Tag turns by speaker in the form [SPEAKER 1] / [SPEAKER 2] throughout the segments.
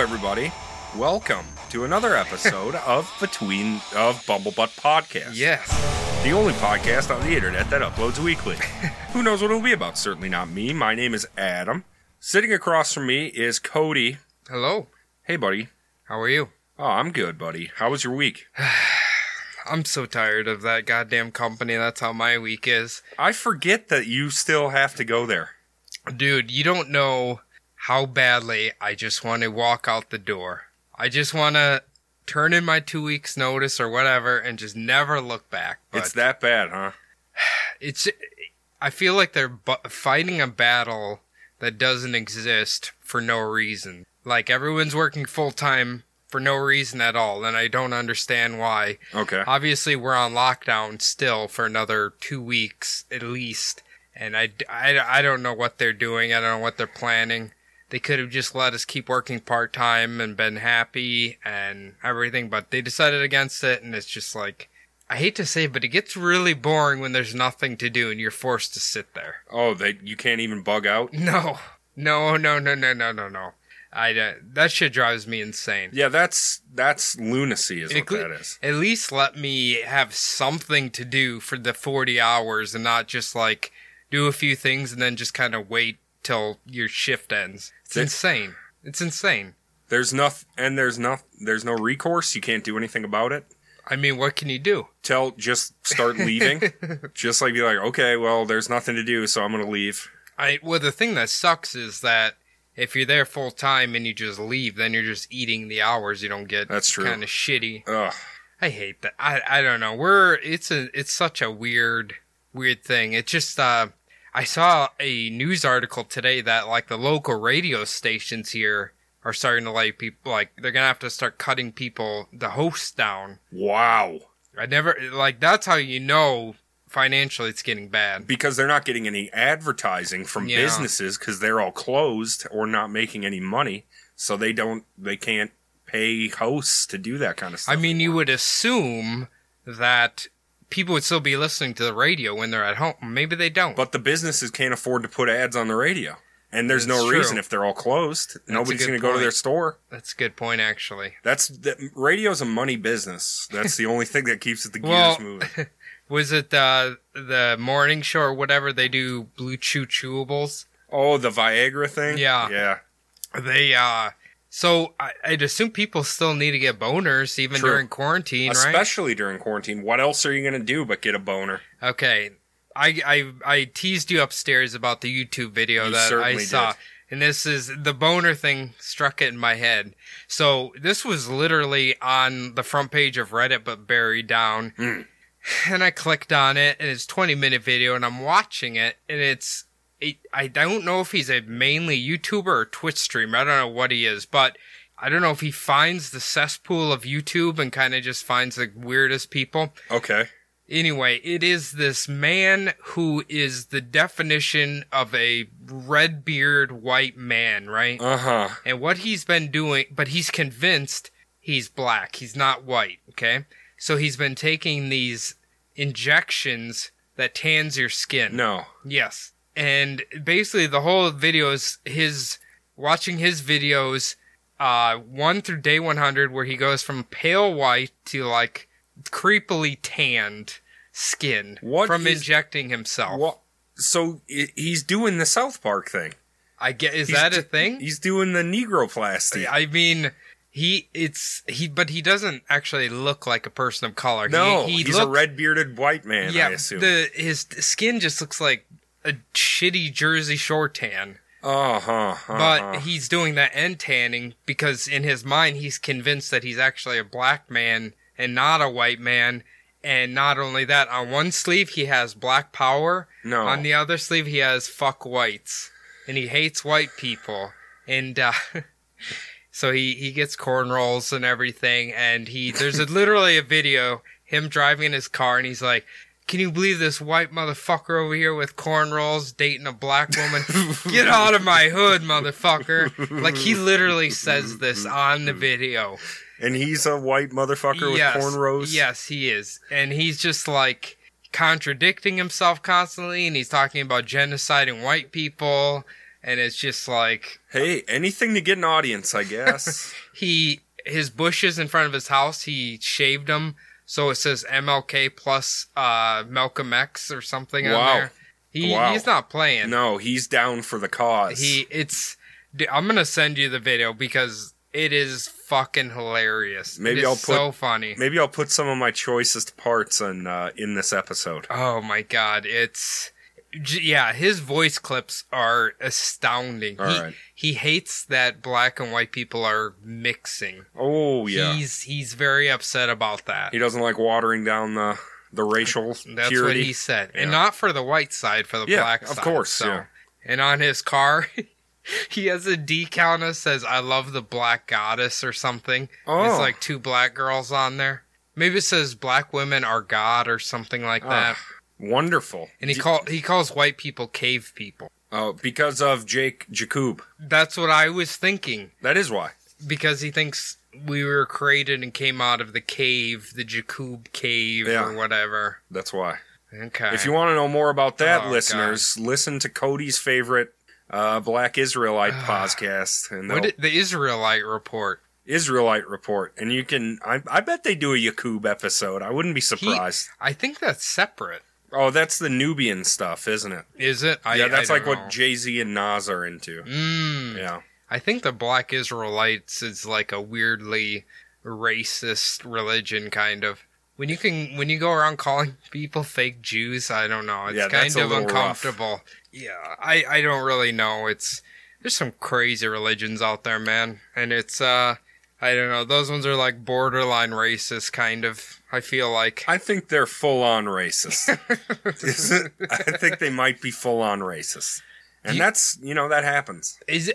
[SPEAKER 1] everybody. Welcome to another episode of Between of Bumblebutt Podcast.
[SPEAKER 2] Yes.
[SPEAKER 1] The only podcast on the internet that uploads weekly. Who knows what it'll be about? Certainly not me. My name is Adam. Sitting across from me is Cody.
[SPEAKER 2] Hello.
[SPEAKER 1] Hey, buddy.
[SPEAKER 2] How are you?
[SPEAKER 1] Oh, I'm good, buddy. How was your week?
[SPEAKER 2] I'm so tired of that goddamn company. That's how my week is.
[SPEAKER 1] I forget that you still have to go there.
[SPEAKER 2] Dude, you don't know how badly I just want to walk out the door. I just want to turn in my two weeks notice or whatever and just never look back. But
[SPEAKER 1] It's that bad, huh?
[SPEAKER 2] it's I feel like they're bu- fighting a battle that doesn't exist for no reason. Like everyone's working full time for no reason at all, and I don't understand why.
[SPEAKER 1] Okay.
[SPEAKER 2] Obviously, we're on lockdown still for another two weeks at least, and I, I, I don't know what they're doing. I don't know what they're planning. They could have just let us keep working part time and been happy and everything, but they decided against it, and it's just like. I hate to say, it, but it gets really boring when there's nothing to do and you're forced to sit there.
[SPEAKER 1] Oh, they you can't even bug out.
[SPEAKER 2] No, no, no, no, no, no, no, no. I don't- that shit drives me insane.
[SPEAKER 1] Yeah, that's that's lunacy is what
[SPEAKER 2] Inclu-
[SPEAKER 1] that is.
[SPEAKER 2] At least let me have something to do for the 40 hours and not just like do a few things and then just kind of wait till your shift ends. It's
[SPEAKER 1] Th-
[SPEAKER 2] insane. It's insane.
[SPEAKER 1] There's nothing, and there's no there's no recourse. You can't do anything about it.
[SPEAKER 2] I mean, what can you do?
[SPEAKER 1] Tell just start leaving. just like be like, okay, well, there's nothing to do, so I'm gonna leave.
[SPEAKER 2] I well, the thing that sucks is that if you're there full time and you just leave, then you're just eating the hours you don't get.
[SPEAKER 1] That's true.
[SPEAKER 2] Kind of shitty.
[SPEAKER 1] Ugh.
[SPEAKER 2] I hate that. I I don't know. We're it's a it's such a weird weird thing. It just uh I saw a news article today that like the local radio stations here are starting to like people like they're gonna have to start cutting people the hosts down.
[SPEAKER 1] Wow.
[SPEAKER 2] I never like that's how you know financially it's getting bad.
[SPEAKER 1] Because they're not getting any advertising from
[SPEAKER 2] Yeah.
[SPEAKER 1] businesses because they're all closed or not making any money, so they don't they can't pay hosts to do that kind of stuff.
[SPEAKER 2] I mean, you would assume that people would still be listening to the radio when they're at home. Maybe they don't.
[SPEAKER 1] but the businesses can't afford to put ads on the radio. And there's
[SPEAKER 2] That's
[SPEAKER 1] no
[SPEAKER 2] true.
[SPEAKER 1] reason if they're all closed. Nobody's
[SPEAKER 2] good
[SPEAKER 1] going to go to their
[SPEAKER 2] point.
[SPEAKER 1] store.
[SPEAKER 2] that's a good point, actually.
[SPEAKER 1] That's that, radio's a money business. That's the only thing that keeps the gears
[SPEAKER 2] Well,
[SPEAKER 1] moving.
[SPEAKER 2] Was it uh, the morning show or whatever they do blue chew chewables?
[SPEAKER 1] Oh, the Viagra thing.
[SPEAKER 2] Yeah.
[SPEAKER 1] yeah.
[SPEAKER 2] They uh so I, I'd assume people still need to get boners even
[SPEAKER 1] True.
[SPEAKER 2] during quarantine, right?
[SPEAKER 1] Especially during quarantine, what else are you going to do but get a boner?
[SPEAKER 2] Okay. I, I I teased you upstairs about the YouTube video
[SPEAKER 1] You
[SPEAKER 2] that I
[SPEAKER 1] certainly
[SPEAKER 2] saw.
[SPEAKER 1] did.
[SPEAKER 2] And this is the boner thing struck it in my head. So this was literally on the front page of Reddit but buried down.
[SPEAKER 1] Mm.
[SPEAKER 2] And I clicked on it and it's 20 minute video and I'm watching it and it's it, I don't know if he's a mainly YouTuber or Twitch streamer. I don't know what he is, but I don't know if he finds the cesspool of YouTube and kind of just finds the weirdest people.
[SPEAKER 1] Okay.
[SPEAKER 2] Anyway, it is this man who is the definition of a red beard white man, right?
[SPEAKER 1] Uh huh.
[SPEAKER 2] And what he's been doing, but he's convinced he's black. He's not white, okay? So he's been taking these injections that tans your skin.
[SPEAKER 1] No.
[SPEAKER 2] Yes. And basically, the whole video is his watching his videos, uh, one through day 100, where he goes from pale white to like creepily tanned skin
[SPEAKER 1] What
[SPEAKER 2] from
[SPEAKER 1] is-
[SPEAKER 2] injecting himself.
[SPEAKER 1] What? So i- he's doing the South Park thing.
[SPEAKER 2] I get is
[SPEAKER 1] He's
[SPEAKER 2] that a
[SPEAKER 1] d-
[SPEAKER 2] thing?
[SPEAKER 1] He's doing the Negroplasty.
[SPEAKER 2] I mean, he it's he, but he doesn't actually look like a person of color.
[SPEAKER 1] no,
[SPEAKER 2] he, he
[SPEAKER 1] he's a
[SPEAKER 2] looks-
[SPEAKER 1] red bearded white man.
[SPEAKER 2] Yeah,
[SPEAKER 1] I assume.
[SPEAKER 2] the his skin just looks like a shitty Jersey Shore tan.
[SPEAKER 1] uh huh.
[SPEAKER 2] But he's doing that end tanning because in his mind he's convinced that he's actually a black man and not a white man. And not only that, on one sleeve he has black power,
[SPEAKER 1] no.
[SPEAKER 2] on the other sleeve he has fuck whites, and he hates white people. And uh, so he he gets corn rolls and everything. And he there's a, literally a video him driving in his car, and he's like. Can you believe this white motherfucker over here with corn rolls dating a black woman? Get out of my hood, motherfucker. Like, he literally says this on the video.
[SPEAKER 1] and he's a white motherfucker with cornrows.
[SPEAKER 2] Yes, he is. And he's just like contradicting himself constantly and he's talking about genocide and white people and it's just like
[SPEAKER 1] Hey, anything to get an audience, I guess.
[SPEAKER 2] he his bushes in front of his house he shaved them so it says mlk plus uh malcolm x or something
[SPEAKER 1] Wow.
[SPEAKER 2] on there he,
[SPEAKER 1] Wow.
[SPEAKER 2] he's not playing
[SPEAKER 1] no, he's down for the cause.
[SPEAKER 2] he it's d- i'm gonna send you the video because it is fucking hilarious It
[SPEAKER 1] Maybe
[SPEAKER 2] is
[SPEAKER 1] I'll put-
[SPEAKER 2] so funny
[SPEAKER 1] Maybe I'll put some of my choicest parts in uh, in this episode.
[SPEAKER 2] oh my god it's j- yeah his voice clips are astounding
[SPEAKER 1] All
[SPEAKER 2] he,
[SPEAKER 1] right.
[SPEAKER 2] he hates that black and white people are mixing
[SPEAKER 1] Oh yeah,
[SPEAKER 2] he's he's very upset about that
[SPEAKER 1] he doesn't like watering down the the racial
[SPEAKER 2] That's
[SPEAKER 1] purity.
[SPEAKER 2] what he said,
[SPEAKER 1] Yeah.
[SPEAKER 2] and not for the white side, for the
[SPEAKER 1] Yeah,
[SPEAKER 2] black
[SPEAKER 1] of
[SPEAKER 2] side.
[SPEAKER 1] course,
[SPEAKER 2] So.
[SPEAKER 1] yeah.
[SPEAKER 2] And on his car, he has a decal that says "I love the black goddess" or something.
[SPEAKER 1] oh,
[SPEAKER 2] It's like two black girls on there. Maybe it says "Black women are God" or something
[SPEAKER 1] Ah.
[SPEAKER 2] like that.
[SPEAKER 1] wonderful.
[SPEAKER 2] And he
[SPEAKER 1] D-
[SPEAKER 2] call he calls white people cave people.
[SPEAKER 1] oh because of Jake Jacob.
[SPEAKER 2] That's what I was thinking
[SPEAKER 1] That is why.
[SPEAKER 2] because he thinks we were created and came out of the cave, the Jacoob cave
[SPEAKER 1] Yeah.
[SPEAKER 2] or whatever.
[SPEAKER 1] That's why.
[SPEAKER 2] Okay.
[SPEAKER 1] If you want to know more about that,
[SPEAKER 2] Oh,
[SPEAKER 1] listeners, listen to Cody's favorite uh, Black Israelite
[SPEAKER 2] Ah.
[SPEAKER 1] podcast and
[SPEAKER 2] what
[SPEAKER 1] the
[SPEAKER 2] did, the Israelite report.
[SPEAKER 1] Israelite report. And you can, I, I bet they do a Yakub episode. I wouldn't be surprised.
[SPEAKER 2] I think that's separate.
[SPEAKER 1] oh, that's the Nubian stuff, isn't it?
[SPEAKER 2] Is it? I,
[SPEAKER 1] yeah, that's
[SPEAKER 2] I
[SPEAKER 1] like
[SPEAKER 2] don't know.
[SPEAKER 1] what Jay Z and Nas are into.
[SPEAKER 2] Mm,
[SPEAKER 1] Yeah.
[SPEAKER 2] I think the Black Israelites is like a weirdly racist religion, kind of. When you can, when you go around calling people fake Jews, I don't know. It's
[SPEAKER 1] Yeah,
[SPEAKER 2] kind
[SPEAKER 1] that's a
[SPEAKER 2] of
[SPEAKER 1] little rough.
[SPEAKER 2] uncomfortable. Yeah, I I don't really know. It's there's some crazy religions out there, man, and it's uh. I don't know. Those ones are like borderline racist, kind of. I feel like.
[SPEAKER 1] I think they're full on racist. Isn't- I think they might be full on racist. And
[SPEAKER 2] You-
[SPEAKER 1] that's, you know, that happens.
[SPEAKER 2] is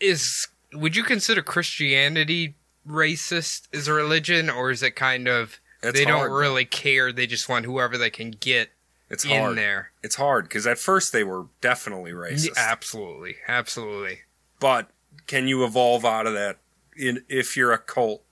[SPEAKER 2] is would you consider Christianity racist as a religion, or is it kind of
[SPEAKER 1] It's
[SPEAKER 2] they
[SPEAKER 1] hard.
[SPEAKER 2] don't really care? They just want whoever they can get
[SPEAKER 1] it's
[SPEAKER 2] in
[SPEAKER 1] hard.
[SPEAKER 2] there.
[SPEAKER 1] It's hard because at first they were definitely racist.
[SPEAKER 2] Absolutely, absolutely.
[SPEAKER 1] but can you evolve out of that in, if you're a cult?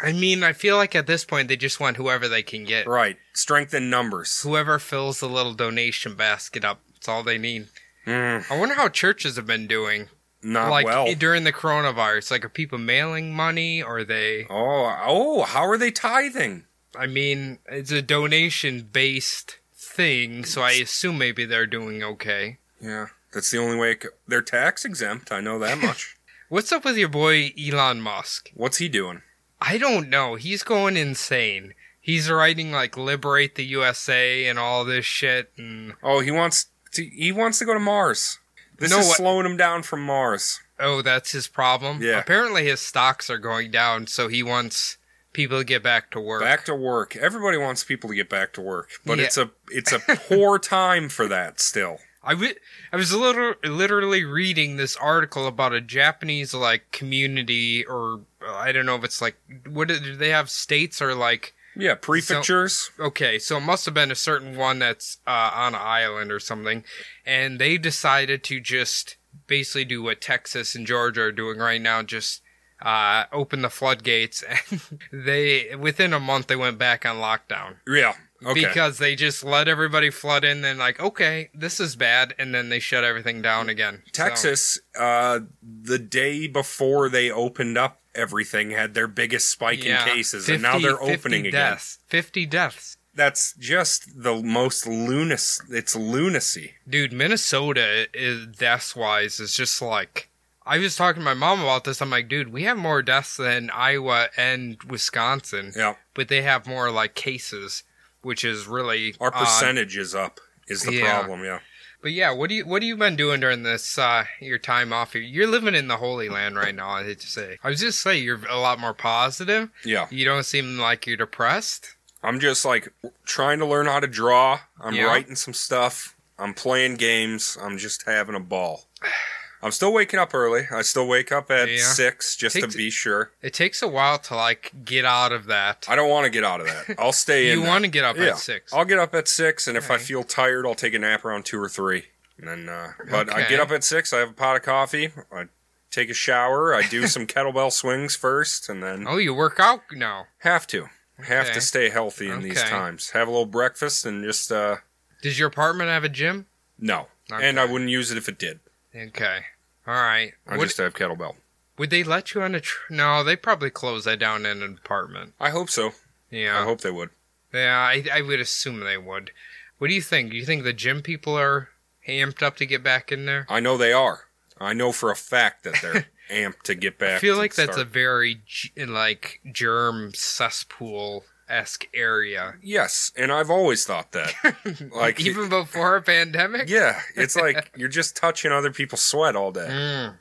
[SPEAKER 2] I mean, I feel like at this point they just want whoever they can get.
[SPEAKER 1] Right. Strength in numbers.
[SPEAKER 2] Whoever fills the little donation basket up, it's all they need.
[SPEAKER 1] Mm,
[SPEAKER 2] I wonder how churches have been doing,
[SPEAKER 1] not
[SPEAKER 2] like eh,
[SPEAKER 1] well.
[SPEAKER 2] during the coronavirus. Like, are people mailing money? Or are they?
[SPEAKER 1] oh, oh, how are they tithing?
[SPEAKER 2] I mean, it's a donation based thing, so I assume maybe they're doing okay.
[SPEAKER 1] Yeah, that's the only way. It co- They're tax exempt. I know that much.
[SPEAKER 2] What's up with your boy Elon Musk?
[SPEAKER 1] What's he doing?
[SPEAKER 2] I don't know. He's going insane. He's writing like "Liberate the USA" and all this shit, and
[SPEAKER 1] Oh, he wants to, he wants to go to Mars. This
[SPEAKER 2] No,
[SPEAKER 1] is
[SPEAKER 2] what-
[SPEAKER 1] slowing him down from Mars.
[SPEAKER 2] oh, that's his problem.
[SPEAKER 1] Yeah.
[SPEAKER 2] Apparently, his stocks are going down, so he wants people to get back to work.
[SPEAKER 1] Back to work. Everybody wants people to get back to work, but
[SPEAKER 2] Yeah.
[SPEAKER 1] it's a it's a poor time for that still.
[SPEAKER 2] I wi- I was liter- literally reading this article about a Japanese like community, or uh, I don't know if it's like what do do they have states or like
[SPEAKER 1] Yeah, prefectures.
[SPEAKER 2] okay, so it must have been a certain one that's uh, on an island or something, and they decided to just basically do what Texas and Georgia are doing right now, just uh, open the floodgates, and they within a month they went back on lockdown
[SPEAKER 1] yeah. Okay.
[SPEAKER 2] because they just let everybody flood in and like okay this is bad and then they shut everything down again So-
[SPEAKER 1] Texas, uh, the day before they opened up everything, had their biggest spike
[SPEAKER 2] Yeah.
[SPEAKER 1] in cases, and now
[SPEAKER 2] 50
[SPEAKER 1] they're
[SPEAKER 2] 50
[SPEAKER 1] opening again.
[SPEAKER 2] deaths, 50 deaths
[SPEAKER 1] That's just the most lunacy. It's lunacy.
[SPEAKER 2] dude minnesota is deaths wise is just like i was talking to my mom about this i'm like dude we have more deaths than iowa and wisconsin
[SPEAKER 1] Yeah,
[SPEAKER 2] but they have more like cases which is really
[SPEAKER 1] our
[SPEAKER 2] odd.
[SPEAKER 1] percentage is up. Is the
[SPEAKER 2] Uh, Yeah.
[SPEAKER 1] problem? Yeah.
[SPEAKER 2] but yeah what do you what have you been doing during this uh your time off here you're living in the holy land right now i hate to say i was just saying you're a lot more positive
[SPEAKER 1] Yeah.
[SPEAKER 2] You don't seem like you're depressed.
[SPEAKER 1] I'm just like trying to learn how to draw. I'm
[SPEAKER 2] Yeah.
[SPEAKER 1] writing some stuff. I'm playing games. I'm just having a ball. I'm still waking up early. I still wake up at
[SPEAKER 2] Yeah.
[SPEAKER 1] six just
[SPEAKER 2] Takes-
[SPEAKER 1] to be sure.
[SPEAKER 2] It takes a while to like get out of that.
[SPEAKER 1] I don't want to get out of that. I'll stay in.
[SPEAKER 2] You
[SPEAKER 1] there.
[SPEAKER 2] want to get up
[SPEAKER 1] Yeah.
[SPEAKER 2] at six.
[SPEAKER 1] I'll get up at six, and if I
[SPEAKER 2] Okay.
[SPEAKER 1] feel tired, I'll take a nap around two or three. And then, uh, but I
[SPEAKER 2] Okay.
[SPEAKER 1] get up at six. I have a pot of coffee. I take a shower. I do some kettlebell swings first, and then
[SPEAKER 2] Oh, you work out now.
[SPEAKER 1] have to have
[SPEAKER 2] Okay.
[SPEAKER 1] to stay healthy in these
[SPEAKER 2] Okay.
[SPEAKER 1] times. Have a little breakfast and just uh,
[SPEAKER 2] Does your apartment have a gym?
[SPEAKER 1] no.
[SPEAKER 2] Okay.
[SPEAKER 1] And I wouldn't use it if it did.
[SPEAKER 2] Okay. All right.
[SPEAKER 1] I
[SPEAKER 2] Would,
[SPEAKER 1] just have kettlebell.
[SPEAKER 2] would they let you on a? Tr- no, they probably close that down in an apartment.
[SPEAKER 1] I hope so. I
[SPEAKER 2] Yeah.
[SPEAKER 1] hope they would.
[SPEAKER 2] yeah. I, I would assume they would. What do you think? Do you think the gym people are amped up to get back in there?
[SPEAKER 1] I know they are. I know for a fact that they're amped to get back.
[SPEAKER 2] I feel
[SPEAKER 1] to
[SPEAKER 2] like that's
[SPEAKER 1] start.
[SPEAKER 2] a very g- like germ cesspool esque area.
[SPEAKER 1] yes, and I've always thought that. Like
[SPEAKER 2] even before a pandemic.
[SPEAKER 1] yeah, it's like you're just touching other people's sweat all day.
[SPEAKER 2] Mm,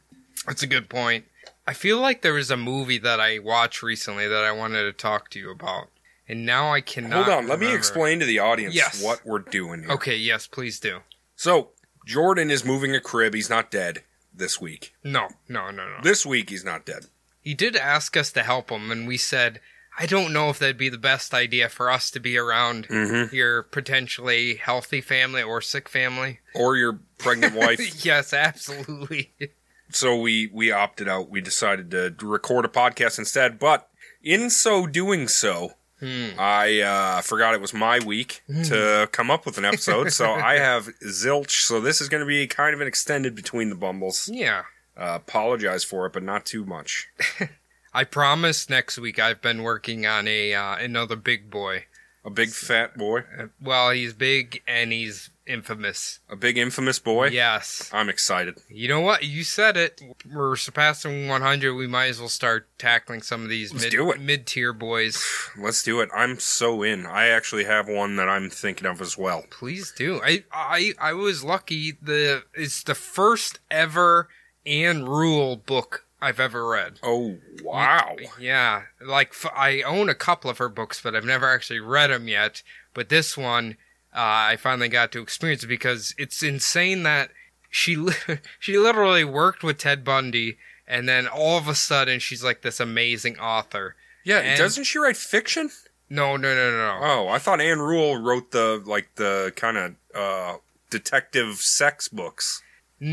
[SPEAKER 2] that's a good point. I feel like there was a movie that I watched recently that I wanted to talk to you about, and now I cannot.
[SPEAKER 1] Hold on, let me
[SPEAKER 2] remember.
[SPEAKER 1] explain to the audience
[SPEAKER 2] Yes.
[SPEAKER 1] what we're doing here.
[SPEAKER 2] Okay, yes, please do.
[SPEAKER 1] So Jordan is moving a crib. He's not dead this week.
[SPEAKER 2] No, no, no, no.
[SPEAKER 1] This week he's not dead.
[SPEAKER 2] He did ask us to help him, and we said, I don't know if that'd be the best idea for us to be around
[SPEAKER 1] Mm-hmm.
[SPEAKER 2] your potentially healthy family or sick family.
[SPEAKER 1] Or your pregnant wife.
[SPEAKER 2] yes, absolutely.
[SPEAKER 1] so we we opted out. We decided to record a podcast instead. But in so doing so,
[SPEAKER 2] Hmm.
[SPEAKER 1] I uh, forgot it was my week to come up with an episode, so I have zilch. So this is going to be kind of an extended between the bumbles.
[SPEAKER 2] Yeah.
[SPEAKER 1] Uh, apologize for it, but not too much.
[SPEAKER 2] I promise next week I've been working on a uh, another big boy.
[SPEAKER 1] A big fat boy,
[SPEAKER 2] Uh, Well, he's big and he's infamous.
[SPEAKER 1] a big infamous boy.
[SPEAKER 2] Yes.
[SPEAKER 1] I'm excited.
[SPEAKER 2] You know what? You said it. We're surpassing 100. We might as well start tackling some of these
[SPEAKER 1] Let's
[SPEAKER 2] mid,
[SPEAKER 1] do it.
[SPEAKER 2] mid-tier boys.
[SPEAKER 1] Let's do it. I'm so in. I actually have one that I'm thinking of as well.
[SPEAKER 2] Please do. I I I was lucky. The it's the first ever Anne Rule book I've ever read.
[SPEAKER 1] Oh wow!
[SPEAKER 2] Yeah, like f- I own a couple of her books, but I've never actually read them yet. But this one, uh, I finally got to experience because it's insane that she li- she literally worked with Ted Bundy, and then all of a sudden she's like this amazing author.
[SPEAKER 1] Yeah,
[SPEAKER 2] And-
[SPEAKER 1] doesn't she write fiction?
[SPEAKER 2] No, no, no, no. no.
[SPEAKER 1] Oh, I thought Anne Rule wrote the like the kind of uh, detective sex books.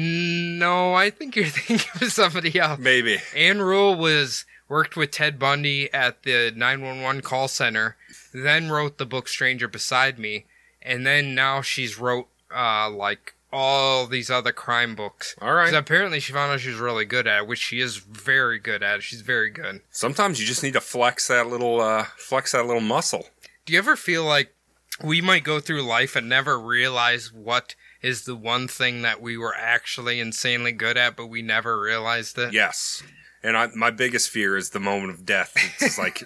[SPEAKER 2] No, I think you're thinking of somebody else.
[SPEAKER 1] Maybe.
[SPEAKER 2] Anne Rule was worked with Ted Bundy at the 911 call center, then wrote the book Stranger Beside Me, and then now she's wrote uh, like all these other crime books.
[SPEAKER 1] All
[SPEAKER 2] 'Cause
[SPEAKER 1] right.
[SPEAKER 2] apparently she found out she's really good at it, which she is very good at. She's very good.
[SPEAKER 1] Sometimes you just need to flex that little uh, flex that little muscle.
[SPEAKER 2] Do you ever feel like we might go through life and never realize what is the one thing that we were actually insanely good at, but we never realized it?
[SPEAKER 1] Yes. And I, my biggest fear is the moment of death. It's just like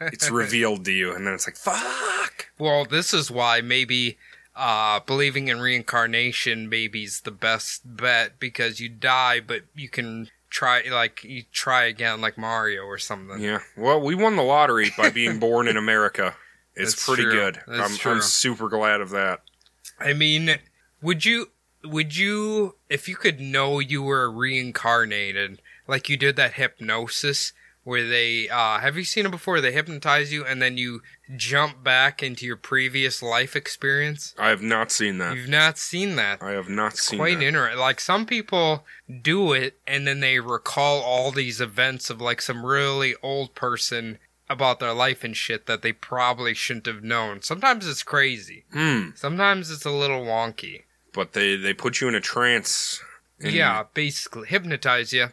[SPEAKER 1] it's revealed to you, and then it's like fuck.
[SPEAKER 2] Well, this is why maybe uh, believing in reincarnation maybe is the best bet because you die, but you can try like you try again, like Mario or something.
[SPEAKER 1] Yeah. Well, we won the lottery by being born in America. It's
[SPEAKER 2] That's
[SPEAKER 1] pretty
[SPEAKER 2] true.
[SPEAKER 1] good.
[SPEAKER 2] That's
[SPEAKER 1] I'm,
[SPEAKER 2] true.
[SPEAKER 1] I'm super glad of that.
[SPEAKER 2] I mean, would you? Would you, if you could know you were reincarnated, like you did that hypnosis where they, uh, have you seen it before? They hypnotize you and then you jump back into your previous life experience.
[SPEAKER 1] I have not seen that.
[SPEAKER 2] You've not seen that.
[SPEAKER 1] I have not seen
[SPEAKER 2] quite
[SPEAKER 1] that.
[SPEAKER 2] interesting. Like some people do it and then they recall all these events of like some really old person about their life and shit that they probably shouldn't have known. Sometimes it's crazy.
[SPEAKER 1] Hmm.
[SPEAKER 2] Sometimes it's a little wonky.
[SPEAKER 1] But they they put you in a trance. and-
[SPEAKER 2] yeah, basically hypnotize you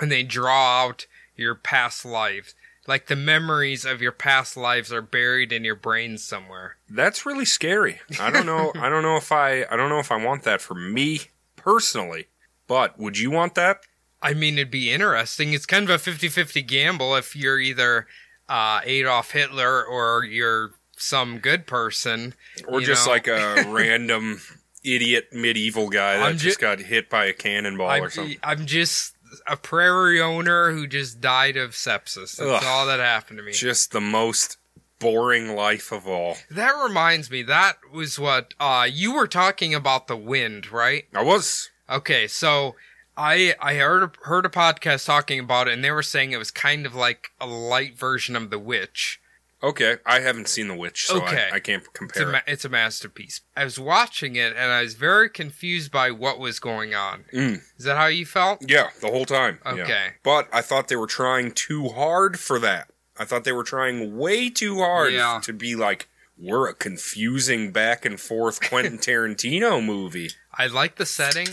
[SPEAKER 2] and they draw out your past lives. Like the memories of your past lives are buried in your brain somewhere.
[SPEAKER 1] That's really scary. I don't know. I don't know if I. I don't know if I want that for me personally. But would you want that?
[SPEAKER 2] I mean, it'd be interesting. It's kind of a 50 50 gamble if you're either uh, Adolf Hitler or you're some good person.
[SPEAKER 1] or
[SPEAKER 2] you
[SPEAKER 1] just
[SPEAKER 2] know?
[SPEAKER 1] like a random idiot medieval guy that
[SPEAKER 2] I'm ju-
[SPEAKER 1] just got hit by a cannonball
[SPEAKER 2] I'm, e,
[SPEAKER 1] or something.
[SPEAKER 2] I'm just a prairie owner who just died of sepsis. That's
[SPEAKER 1] Ugh.
[SPEAKER 2] all that happened to me.
[SPEAKER 1] Just the most boring life of all.
[SPEAKER 2] That reminds me, that was what uh, you were talking about the wind, right?
[SPEAKER 1] I was
[SPEAKER 2] Okay, so I I heard a, heard a podcast talking about it, and they were saying it was kind of like a light version of The Witch.
[SPEAKER 1] okay. I haven't seen The Witch, so
[SPEAKER 2] Okay.
[SPEAKER 1] I, I can't
[SPEAKER 2] It's a,
[SPEAKER 1] compare.
[SPEAKER 2] ma- it's a masterpiece. I was watching it and I was very confused by what was going on.
[SPEAKER 1] it. Mm.
[SPEAKER 2] Is that how you felt?
[SPEAKER 1] Yeah, the whole time. yeah.
[SPEAKER 2] Okay.
[SPEAKER 1] But I thought they were trying too hard for that. I thought they were trying way too hard
[SPEAKER 2] Yeah.
[SPEAKER 1] to be like we're a confusing back and forth Quentin Tarantino movie.
[SPEAKER 2] I like the setting.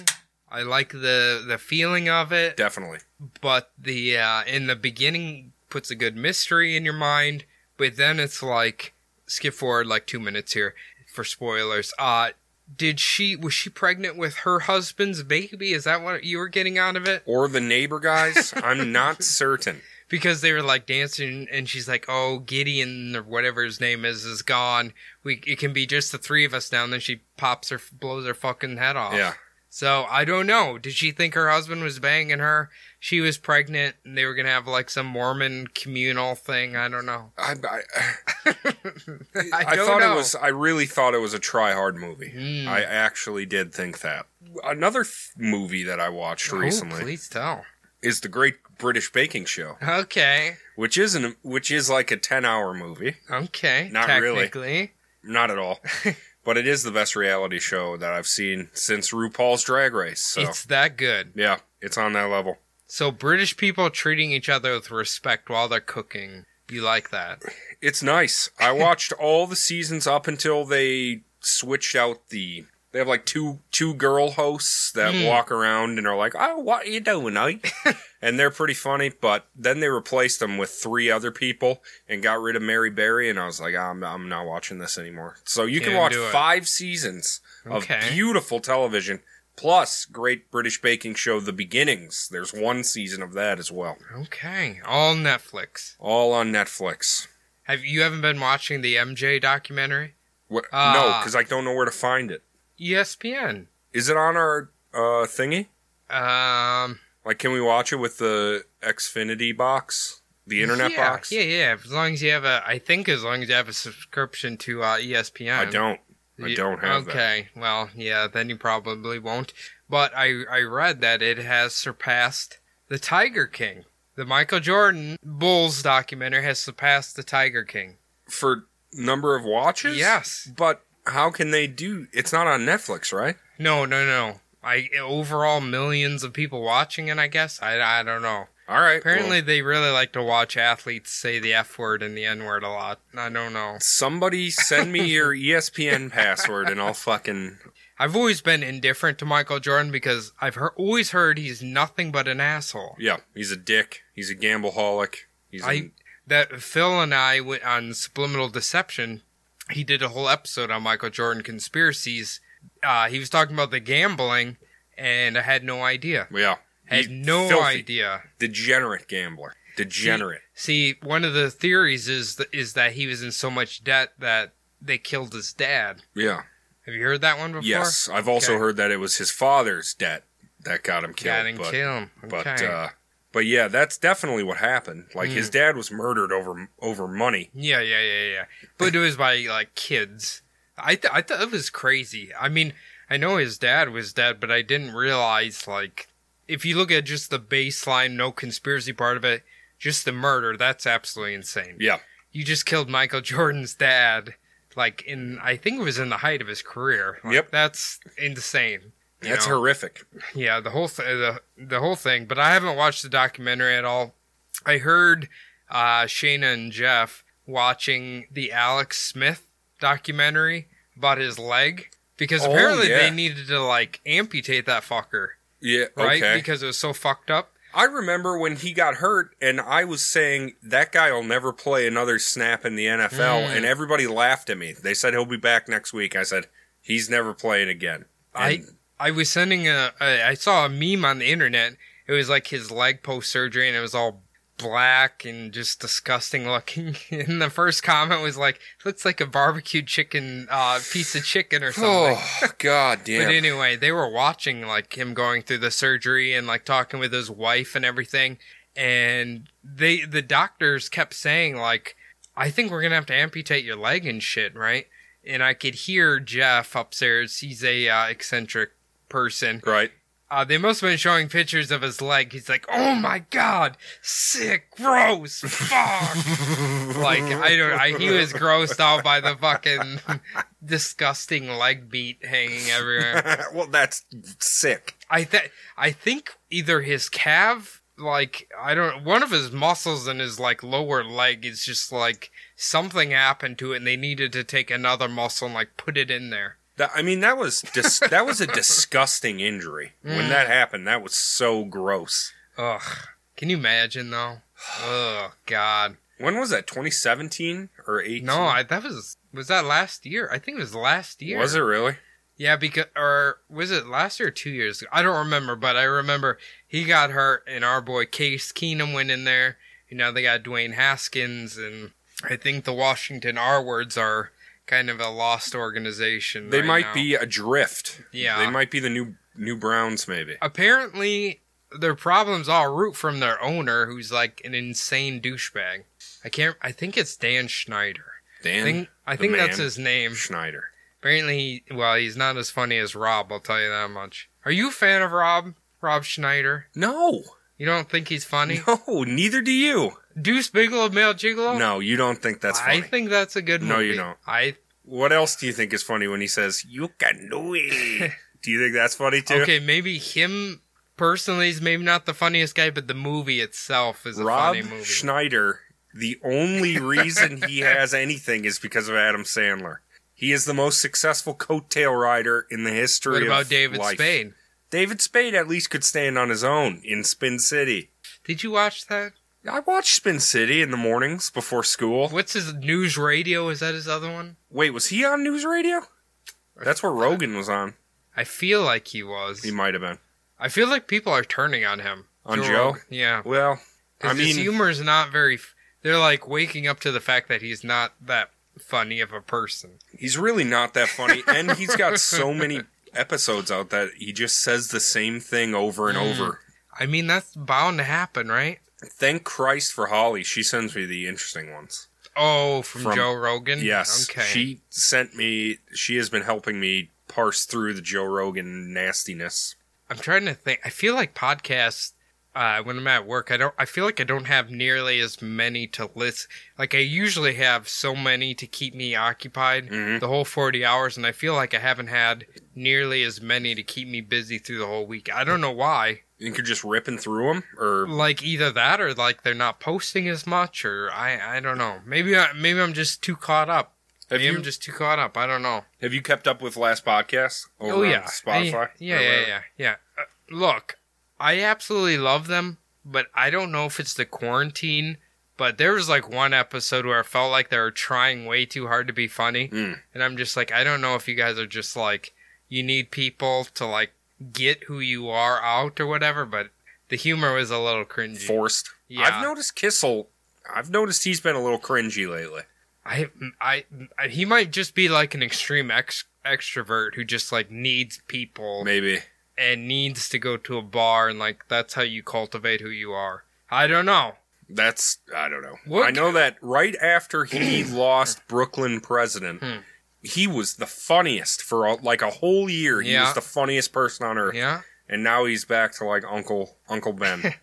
[SPEAKER 2] I like the the feeling of it,
[SPEAKER 1] Definitely.
[SPEAKER 2] but the uh, in the beginning puts a good mystery in your mind, but then it's like skip forward like two minutes here for spoilers. Uh, did she was she pregnant with her husband's baby? Is that what you were getting out of it?
[SPEAKER 1] Or the neighbor guys. I'm not certain.
[SPEAKER 2] Because they were like dancing, and she's like, "Oh, Gideon or whatever his name is is gone. We it can be just the three of us now." And then she pops her blows her fucking head off.
[SPEAKER 1] Yeah.
[SPEAKER 2] So I don't know. Did she think her husband was banging her? She was pregnant, and they were gonna have like some Mormon communal thing. I don't know.
[SPEAKER 1] I, I,
[SPEAKER 2] I,
[SPEAKER 1] I
[SPEAKER 2] don't
[SPEAKER 1] thought
[SPEAKER 2] know.
[SPEAKER 1] it was. I really thought it was a try hard movie.
[SPEAKER 2] Mm.
[SPEAKER 1] I actually did think that. Another th- movie that I watched
[SPEAKER 2] Oh,
[SPEAKER 1] recently
[SPEAKER 2] please tell.
[SPEAKER 1] is The Great British Baking Show,
[SPEAKER 2] Okay,
[SPEAKER 1] which isn't which is like a ten hour movie.
[SPEAKER 2] okay.
[SPEAKER 1] Not really.
[SPEAKER 2] technically.
[SPEAKER 1] Not at all. but it is the best reality show that I've seen since RuPaul's Drag Race. So
[SPEAKER 2] It's that good.
[SPEAKER 1] yeah, it's on that level.
[SPEAKER 2] So British people treating each other with respect while they're cooking. You like that?
[SPEAKER 1] It's nice. I watched all the seasons up until they switched out the. They have like two two girl hosts that
[SPEAKER 2] Hmm.
[SPEAKER 1] walk around and are like, "Oh, what are you doing, night?" and they're pretty funny. But then they replaced them with three other people and got rid of Mary Berry. And I was like, "I'm I'm not watching this anymore." So you can
[SPEAKER 2] Can't
[SPEAKER 1] watch
[SPEAKER 2] do it.
[SPEAKER 1] five seasons of
[SPEAKER 2] Okay.
[SPEAKER 1] beautiful television. Plus, Great British Baking Show: The Beginnings. There's one season of that as well,
[SPEAKER 2] Okay, all Netflix.
[SPEAKER 1] all on Netflix.
[SPEAKER 2] Have you haven't been watching the MJ documentary? E
[SPEAKER 1] What? no,
[SPEAKER 2] Ah.
[SPEAKER 1] because I don't know where to find it.
[SPEAKER 2] ESPN.
[SPEAKER 1] Is it on our uh, thingy?
[SPEAKER 2] Um,
[SPEAKER 1] Like, can we watch it with the Xfinity box, the internet
[SPEAKER 2] yeah,
[SPEAKER 1] box?
[SPEAKER 2] Yeah, yeah. As long as you have a, I think as long as you have a subscription to uh, ESPN.
[SPEAKER 1] I don't. I
[SPEAKER 2] You-
[SPEAKER 1] don't have that.
[SPEAKER 2] Okay. Well, yeah. Then you probably won't. But I I read that it has surpassed the Tiger King. The Michael Jordan Bulls documentary has surpassed the Tiger King.
[SPEAKER 1] For number of watches?
[SPEAKER 2] Yes.
[SPEAKER 1] But how can they do? It's not on Netflix, right?
[SPEAKER 2] No, no, no. I overall millions of people watching it. I guess I, I don't know.
[SPEAKER 1] All right.
[SPEAKER 2] Apparently,
[SPEAKER 1] well,
[SPEAKER 2] they really like to watch athletes say the F word and the N word a lot. I don't know.
[SPEAKER 1] somebody send me your E ESPN password, and I'll fucking.
[SPEAKER 2] I've always been indifferent to Michael Jordan because I've hear- always heard he's nothing but an asshole.
[SPEAKER 1] Yeah, he's a dick. He's a gambleholic. He's.
[SPEAKER 2] I-
[SPEAKER 1] an-
[SPEAKER 2] That Phil and I went on Subliminal Deception. He did a whole episode on Michael Jordan conspiracies. Uh, he was talking about the gambling, and I had no idea.
[SPEAKER 1] yeah.
[SPEAKER 2] Had
[SPEAKER 1] He's
[SPEAKER 2] no
[SPEAKER 1] filthy.
[SPEAKER 2] idea.
[SPEAKER 1] Degenerate gambler. Degenerate.
[SPEAKER 2] See, one of the theories is th- is that he was in so much debt that they killed his dad.
[SPEAKER 1] yeah.
[SPEAKER 2] Have you heard that one before?
[SPEAKER 1] Yes, I've also
[SPEAKER 2] Okay.
[SPEAKER 1] heard that it was his father's debt that got him killed.
[SPEAKER 2] Got him
[SPEAKER 1] but,
[SPEAKER 2] killed.
[SPEAKER 1] but
[SPEAKER 2] Okay. Mm.
[SPEAKER 1] uh, but yeah, that's definitely what happened. Like his dad was murdered over over money.
[SPEAKER 2] Yeah, yeah, yeah, yeah. But it was by like kids. I th- I thought it was crazy. I mean, I know his dad was dead, but I didn't realize like if you look at just the baseline, no conspiracy part of it, just the murder. That's absolutely insane.
[SPEAKER 1] Yeah,
[SPEAKER 2] You just killed Michael Jordan's dad. Like in, I think it was in the height of his career. Like,
[SPEAKER 1] Yep.
[SPEAKER 2] that's insane. you
[SPEAKER 1] that's
[SPEAKER 2] know?
[SPEAKER 1] horrific.
[SPEAKER 2] Yeah, the whole th- the the whole thing. But I haven't watched the documentary at all. I heard uh, Shayna and Jeff watching the Alex Smith documentary about his leg because
[SPEAKER 1] Oh,
[SPEAKER 2] apparently
[SPEAKER 1] yeah.
[SPEAKER 2] they needed to like amputate that fucker,
[SPEAKER 1] Yeah,
[SPEAKER 2] right?
[SPEAKER 1] okay.
[SPEAKER 2] Because it was so fucked up.
[SPEAKER 1] I remember when he got hurt, and I was saying that guy will never play another snap in the NFL,
[SPEAKER 2] Mm.
[SPEAKER 1] and everybody laughed at me. They said he'll be back next week. I said he's never playing again.
[SPEAKER 2] I
[SPEAKER 1] And
[SPEAKER 2] I was sending a I, I saw a meme on the internet. It was like his leg post surgery, and it was all black and just disgusting looking. And the first comment was like, "Looks like a barbecued chicken uh, piece of chicken or something."
[SPEAKER 1] oh god damn.
[SPEAKER 2] But anyway, they were watching like him going through the surgery and like talking with his wife and everything. And they the doctors kept saying like, "I think we're gonna have to amputate your leg and shit, right?" And I could hear Jeff upstairs. He's a uh, eccentric person.
[SPEAKER 1] right.
[SPEAKER 2] Uh, they must have been showing pictures of his leg. He's like, "Oh my god, sick, gross, fuck." like I don't, I, he was grossed out by the fucking disgusting leg beat hanging everywhere.
[SPEAKER 1] well, that's sick.
[SPEAKER 2] I th- I think either his calf, like I don't, one of his muscles in his like lower leg is just like something happened to it, and they needed to take another muscle and like put it in there.
[SPEAKER 1] That, I mean, that was dis- that was a disgusting injury when
[SPEAKER 2] Mm.
[SPEAKER 1] that happened. That was so gross.
[SPEAKER 2] Ugh. Can you imagine though? Oh God.
[SPEAKER 1] When was that? 2017 or 18?
[SPEAKER 2] No, I, that was was that last year? I think it was last year.
[SPEAKER 1] was it really?
[SPEAKER 2] Yeah, because or was it last year or two years ago? I don't remember, but I remember he got hurt and our boy Case Keenum went in there. You know, they got Dwayne Haskins and I think the Washington R words are kind of a lost organization.
[SPEAKER 1] They
[SPEAKER 2] right
[SPEAKER 1] might
[SPEAKER 2] now.
[SPEAKER 1] be adrift.
[SPEAKER 2] Yeah.
[SPEAKER 1] they might be the new new Browns. Maybe
[SPEAKER 2] Apparently their problems all root from their owner who's like an insane douchebag. I can't I think it's Dan Schneider. I
[SPEAKER 1] Dan
[SPEAKER 2] think I
[SPEAKER 1] the
[SPEAKER 2] think that's
[SPEAKER 1] man.
[SPEAKER 2] his name.
[SPEAKER 1] Schneider.
[SPEAKER 2] Apparently, he, well, he's not as funny as Rob. I'll tell you that much. Are you a fan of Rob? Rob Schneider?
[SPEAKER 1] No,
[SPEAKER 2] You don't think he's funny?
[SPEAKER 1] no, neither do you.
[SPEAKER 2] Deuce Bigelow, Male Gigolo?
[SPEAKER 1] No, you don't think that's funny.
[SPEAKER 2] I think that's a good movie.
[SPEAKER 1] No, you don't.
[SPEAKER 2] I
[SPEAKER 1] what else do you think is funny when he says "You can do it"? do you think that's funny too?
[SPEAKER 2] okay, maybe him personally is maybe not the funniest guy, but the movie itself is a
[SPEAKER 1] Rob
[SPEAKER 2] funny movie.
[SPEAKER 1] Schneider, the only reason he has anything is because of Adam Sandler. He is the most successful coattail rider in the history
[SPEAKER 2] what
[SPEAKER 1] of
[SPEAKER 2] about David
[SPEAKER 1] life.
[SPEAKER 2] Spade?
[SPEAKER 1] David Spade at least could stand on his own in Spin City.
[SPEAKER 2] Did you watch that?
[SPEAKER 1] I watched Spin City in the mornings before school.
[SPEAKER 2] What's his news radio? Is that his other one?
[SPEAKER 1] Wait, was he on news radio? That's where Rogan was on.
[SPEAKER 2] I feel like he was.
[SPEAKER 1] He might have been.
[SPEAKER 2] I feel like people are turning on him.
[SPEAKER 1] On Joe?
[SPEAKER 2] Rogan. Yeah.
[SPEAKER 1] Well, I
[SPEAKER 2] Because his
[SPEAKER 1] mean,
[SPEAKER 2] humor is not very. f- They're like waking up to the fact that he's not that funny of a person.
[SPEAKER 1] he's really not that funny. and he's got so many episodes out that he just says the same thing over and
[SPEAKER 2] Mm.
[SPEAKER 1] over.
[SPEAKER 2] I mean, that's bound to happen, right?
[SPEAKER 1] Thank Christ for Holly. She sends me the interesting ones.
[SPEAKER 2] Oh, from,
[SPEAKER 1] From-
[SPEAKER 2] Joe Rogan.
[SPEAKER 1] Yes.
[SPEAKER 2] Okay.
[SPEAKER 1] She sent me, she has been helping me parse through the Joe Rogan nastiness.
[SPEAKER 2] I'm trying to think. I feel like podcasts. Uh, when I'm at work, I don't. I feel like I don't have nearly as many to listen. Like I usually have so many to keep me occupied
[SPEAKER 1] Mhm.
[SPEAKER 2] the whole 40 hours, and I feel like I haven't had nearly as many to keep me busy through the whole week. I don't know why.
[SPEAKER 1] You could just ripping through them, or
[SPEAKER 2] like either that or like they're not posting as much or I I don't know. Maybe I maybe I'm just too caught up.
[SPEAKER 1] have
[SPEAKER 2] maybe
[SPEAKER 1] you
[SPEAKER 2] I'm just too caught up. I don't know.
[SPEAKER 1] have you kept up with last podcast over
[SPEAKER 2] oh yeah,
[SPEAKER 1] on Spotify?
[SPEAKER 2] I- yeah,
[SPEAKER 1] or
[SPEAKER 2] yeah,
[SPEAKER 1] whatever?
[SPEAKER 2] yeah, yeah. Uh, look, I absolutely love them, but I don't know if it's the quarantine. But there was like one episode where I felt like they were trying way too hard to be funny,
[SPEAKER 1] Mm.
[SPEAKER 2] and I'm just like, I don't know if you guys are just like you need people to like get who you are out or whatever. But the humor was a little cringy.
[SPEAKER 1] Forced.
[SPEAKER 2] yeah.
[SPEAKER 1] I've noticed Kissel. I've noticed he's been a little cringy lately.
[SPEAKER 2] I, I, I- he might just be like an extreme ex- extrovert who just like needs people
[SPEAKER 1] Maybe
[SPEAKER 2] and needs to go to a bar and like that's how you cultivate who you are. I don't know.
[SPEAKER 1] that's I don't know.
[SPEAKER 2] What-
[SPEAKER 1] I know that right after he lost Brooklyn president,
[SPEAKER 2] Hmm.
[SPEAKER 1] he was the funniest for a, like a whole year. He
[SPEAKER 2] Yeah.
[SPEAKER 1] was the funniest person on earth,
[SPEAKER 2] Yeah,
[SPEAKER 1] and now he's back to like Uncle Uncle Ben.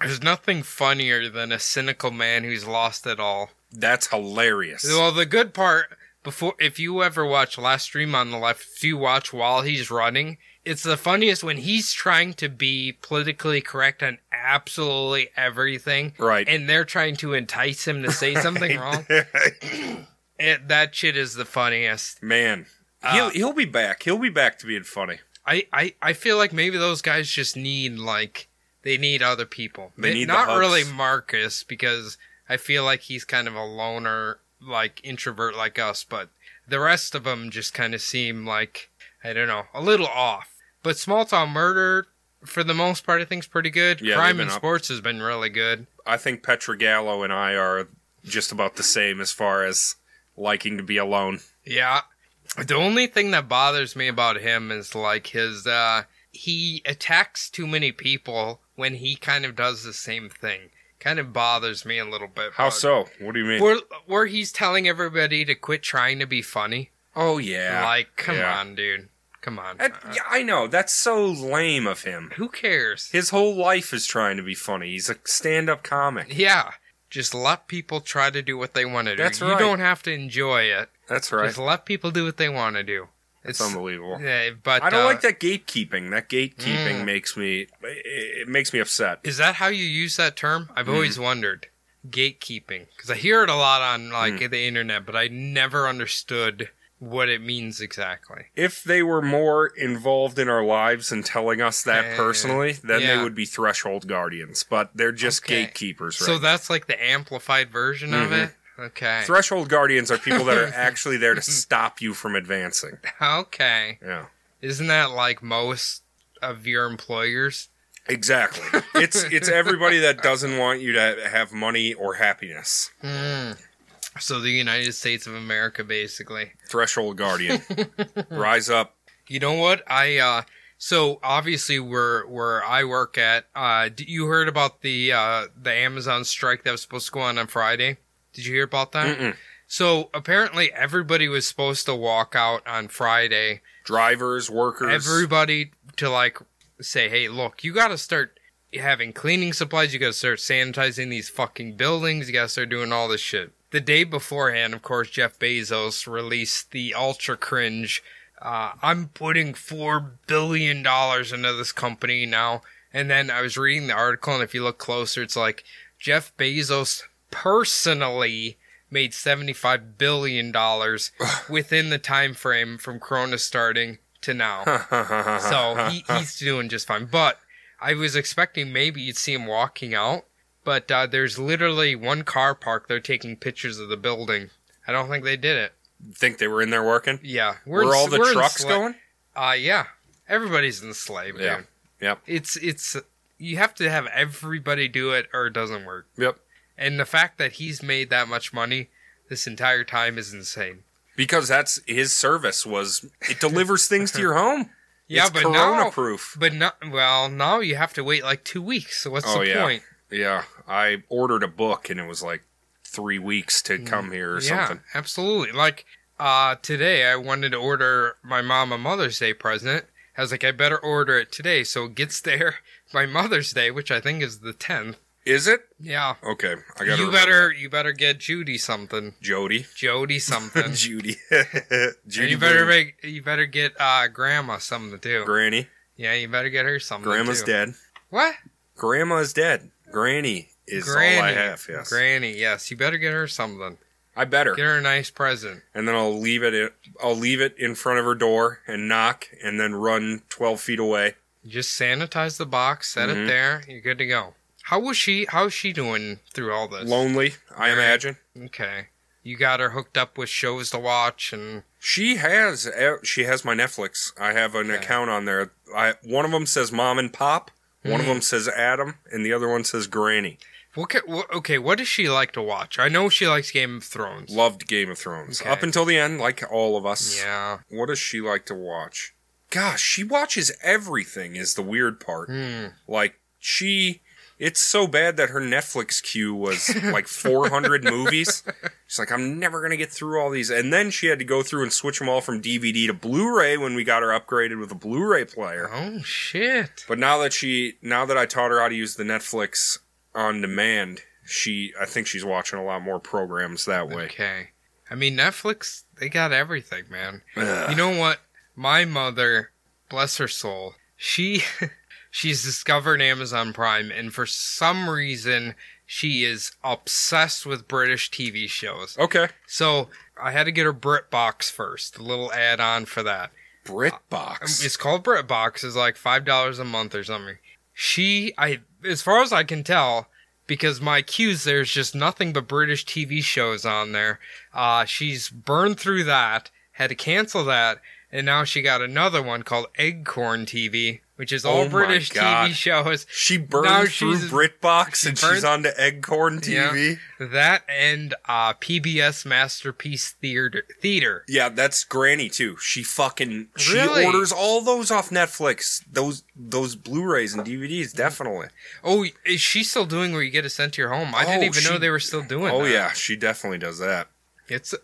[SPEAKER 2] there's nothing funnier than a cynical man who's lost it all.
[SPEAKER 1] that's hilarious.
[SPEAKER 2] Well, the good part before, if you ever watch Last Stream on the Left, if you watch while he's running, it's the funniest when he's trying to be politically correct on absolutely everything,
[SPEAKER 1] right.
[SPEAKER 2] and they're trying to entice him to say something wrong. It, that shit is the funniest.
[SPEAKER 1] Man,
[SPEAKER 2] Uh,
[SPEAKER 1] he'll he'll be back. He'll be back to being funny.
[SPEAKER 2] I, I, I feel like maybe those guys just need like they need other people.
[SPEAKER 1] They need the
[SPEAKER 2] not
[SPEAKER 1] hugs.
[SPEAKER 2] really Marcus because I feel like he's kind of a loner, like introvert like us. But the rest of them just kind of seem like I don't know, a little off. But small town murder, for the most part, I think's pretty good.
[SPEAKER 1] Yeah, they've
[SPEAKER 2] Crime
[SPEAKER 1] been
[SPEAKER 2] and
[SPEAKER 1] up.
[SPEAKER 2] sports has been really good.
[SPEAKER 1] I think Petra Gallo and I are just about the same as far as liking to be alone.
[SPEAKER 2] Yeah. The only thing that bothers me about him is like his uh he attacks too many people when he kind of does the same thing. Kind of bothers me a little bit.
[SPEAKER 1] How
[SPEAKER 2] but-
[SPEAKER 1] so? What do you mean?
[SPEAKER 2] Where where he's telling everybody to quit trying to be funny.
[SPEAKER 1] Oh yeah.
[SPEAKER 2] Like, come
[SPEAKER 1] Yeah.
[SPEAKER 2] on, dude. Come on.
[SPEAKER 1] That- yeah, I know. That's so lame of him.
[SPEAKER 2] Who cares?
[SPEAKER 1] His whole life is trying to be funny. He's a stand-up comic.
[SPEAKER 2] Yeah. Just let people try to do what they want to do.
[SPEAKER 1] That's
[SPEAKER 2] you
[SPEAKER 1] right.
[SPEAKER 2] don't have to enjoy it.
[SPEAKER 1] That's right.
[SPEAKER 2] Just let people do what they want to do.
[SPEAKER 1] It's
[SPEAKER 2] It's,
[SPEAKER 1] unbelievable.
[SPEAKER 2] yeah, but
[SPEAKER 1] I don't
[SPEAKER 2] uh,
[SPEAKER 1] like that gatekeeping. That gatekeeping
[SPEAKER 2] Mm.
[SPEAKER 1] makes me it, it makes me upset.
[SPEAKER 2] Is that how you use that term? I've always wondered. Gatekeeping, because I hear it a lot on like the internet, but I never understood what it means exactly.
[SPEAKER 1] If they were more involved in our lives and telling us that
[SPEAKER 2] Yeah.
[SPEAKER 1] personally, then
[SPEAKER 2] Yeah.
[SPEAKER 1] they would be threshold guardians. But they're just
[SPEAKER 2] Okay.
[SPEAKER 1] gatekeepers, right?
[SPEAKER 2] So that's like the amplified version of
[SPEAKER 1] Mhm.
[SPEAKER 2] it. Okay.
[SPEAKER 1] Threshold guardians are people that are actually there to stop you from advancing.
[SPEAKER 2] okay.
[SPEAKER 1] Yeah.
[SPEAKER 2] Isn't that like most of your employers?
[SPEAKER 1] Exactly. It's it's everybody that doesn't want you to have money or happiness.
[SPEAKER 2] Mm. So the United States of America, basically.
[SPEAKER 1] Threshold guardian. Rise up.
[SPEAKER 2] You know what? I uh so obviously where where I work at, uh d- you heard about the uh the Amazon strike that was supposed to go on on Friday? Did you hear about that?
[SPEAKER 1] Mm-mm.
[SPEAKER 2] So apparently everybody was supposed to walk out on Friday.
[SPEAKER 1] Drivers, workers.
[SPEAKER 2] Everybody to like say, "Hey, look, you got to start having cleaning supplies, you got to start sanitizing these fucking buildings, you got to start doing all this shit." The day beforehand, of course, Jeff Bezos released the ultra cringe uh, I'm putting four billion dollars into this company now. And then I was reading the article, and if you look closer, it's like Jeff Bezos personally made seventy-five billion dollars within the time frame from Corona starting to now.
[SPEAKER 1] Uh-huh,
[SPEAKER 2] so he, he's doing just fine. But I was expecting maybe you'd see him walking out, but uh, there's literally one car park. They're taking pictures of the building. I don't think they did it.
[SPEAKER 1] think they were in there working.
[SPEAKER 2] Yeah,
[SPEAKER 1] Where
[SPEAKER 2] in-
[SPEAKER 1] all the
[SPEAKER 2] in
[SPEAKER 1] trucks
[SPEAKER 2] Sla-
[SPEAKER 1] going?
[SPEAKER 2] uh yeah. Everybody's in the sleigh, man.
[SPEAKER 1] Yeah. Yep.
[SPEAKER 2] It's it's you have to have everybody do it or it doesn't work.
[SPEAKER 1] Yep.
[SPEAKER 2] And the fact that he's made that much money this entire time is insane.
[SPEAKER 1] Because that's his service was it delivers things to your home.
[SPEAKER 2] Yeah,
[SPEAKER 1] It's
[SPEAKER 2] but
[SPEAKER 1] corona
[SPEAKER 2] now
[SPEAKER 1] proof.
[SPEAKER 2] but not well, now you have to wait like two weeks, so what's
[SPEAKER 1] Oh,
[SPEAKER 2] the
[SPEAKER 1] yeah.
[SPEAKER 2] point?
[SPEAKER 1] Yeah. I ordered a book and it was like three weeks to come here or
[SPEAKER 2] Mm, yeah,
[SPEAKER 1] something.
[SPEAKER 2] absolutely. Like uh today I wanted to order my mom a Mother's Day present. I was like, I better order it today, so it gets there by Mother's Day, which I think is the tenth.
[SPEAKER 1] Is it?
[SPEAKER 2] Yeah.
[SPEAKER 1] Okay. I gotta
[SPEAKER 2] You
[SPEAKER 1] remember
[SPEAKER 2] better you better get Judy something.
[SPEAKER 1] that. Jody.
[SPEAKER 2] Jody something.
[SPEAKER 1] Judy.
[SPEAKER 2] And
[SPEAKER 1] Judy
[SPEAKER 2] you better
[SPEAKER 1] Blume.
[SPEAKER 2] make, you better get uh, grandma something too.
[SPEAKER 1] Granny.
[SPEAKER 2] yeah, you better get her something.
[SPEAKER 1] Grandma's
[SPEAKER 2] too.
[SPEAKER 1] dead.
[SPEAKER 2] What?
[SPEAKER 1] Grandma is dead. Granny is all I have, yes.
[SPEAKER 2] Granny, yes. You better get her something.
[SPEAKER 1] I better.
[SPEAKER 2] Get her a nice present.
[SPEAKER 1] and then I'll leave it. In, I'll leave it in front of her door and knock, and then run twelve feet away.
[SPEAKER 2] Just sanitize the box, set it
[SPEAKER 1] Mhm.
[SPEAKER 2] there, you're good to go. How was she how's she doing through all this?
[SPEAKER 1] Lonely, I
[SPEAKER 2] Right.
[SPEAKER 1] imagine.
[SPEAKER 2] Okay. You got her hooked up with shows to watch and
[SPEAKER 1] She has. eh, She has my Netflix. I have an
[SPEAKER 2] Okay.
[SPEAKER 1] account on there. I one of them says Mom and Pop. One of
[SPEAKER 2] Mhm.
[SPEAKER 1] them says Adam, and the other one says Granny.
[SPEAKER 2] what, ca- what okay, what does she like to watch? I know she likes Game of Thrones.
[SPEAKER 1] Loved Game of Thrones
[SPEAKER 2] Okay.
[SPEAKER 1] up until the end, like all of us.
[SPEAKER 2] yeah.
[SPEAKER 1] What does she like to watch? Gosh, she watches everything. Is the weird part.
[SPEAKER 2] Hmm.
[SPEAKER 1] Like she it's so bad that her Netflix queue was like 400 movies. She's like, I'm never going to get through all these. And then she had to go through and switch them all from DVD to Blu ray when we got her upgraded with a Blu ray player.
[SPEAKER 2] Oh shit.
[SPEAKER 1] But now that she, now that I taught her how to use the Netflix on demand, she, I think she's watching a lot more programs that way.
[SPEAKER 2] Okay. I mean Netflix, they got everything, man.
[SPEAKER 1] Ugh.
[SPEAKER 2] You know what? My mother, bless her soul, she she's discovered Amazon Prime and for some reason she is obsessed with British TV shows.
[SPEAKER 1] okay.
[SPEAKER 2] So I had to get her BritBox first, a little add-on for that.
[SPEAKER 1] BritBox.
[SPEAKER 2] Um, It's called BritBox. It's like five dollars a month or something. She, I, as far as I can tell, because my cues there's just nothing but British TV shows on there. Uh, she's burned through that, had to cancel that, and now she got another one called Eggcorn TV, which is all
[SPEAKER 1] Oh my
[SPEAKER 2] British
[SPEAKER 1] God.
[SPEAKER 2] TV shows.
[SPEAKER 1] She
[SPEAKER 2] Now
[SPEAKER 1] burned through
[SPEAKER 2] she's-
[SPEAKER 1] BritBox
[SPEAKER 2] she
[SPEAKER 1] and
[SPEAKER 2] burned-
[SPEAKER 1] she's onto Eggcorn TV.
[SPEAKER 2] That and uh, PBS Masterpiece Theater. Theater.
[SPEAKER 1] Yeah, that's Granny too. She fucking she
[SPEAKER 2] Really?
[SPEAKER 1] orders all those off Netflix. Those those Blu-rays and DVDs definitely.
[SPEAKER 2] Oh, is she still doing where you get it sent to your home? I didn't
[SPEAKER 1] Oh,
[SPEAKER 2] even know
[SPEAKER 1] she-
[SPEAKER 2] they were still doing.
[SPEAKER 1] Oh
[SPEAKER 2] that.
[SPEAKER 1] yeah, she definitely does that.
[SPEAKER 2] it's.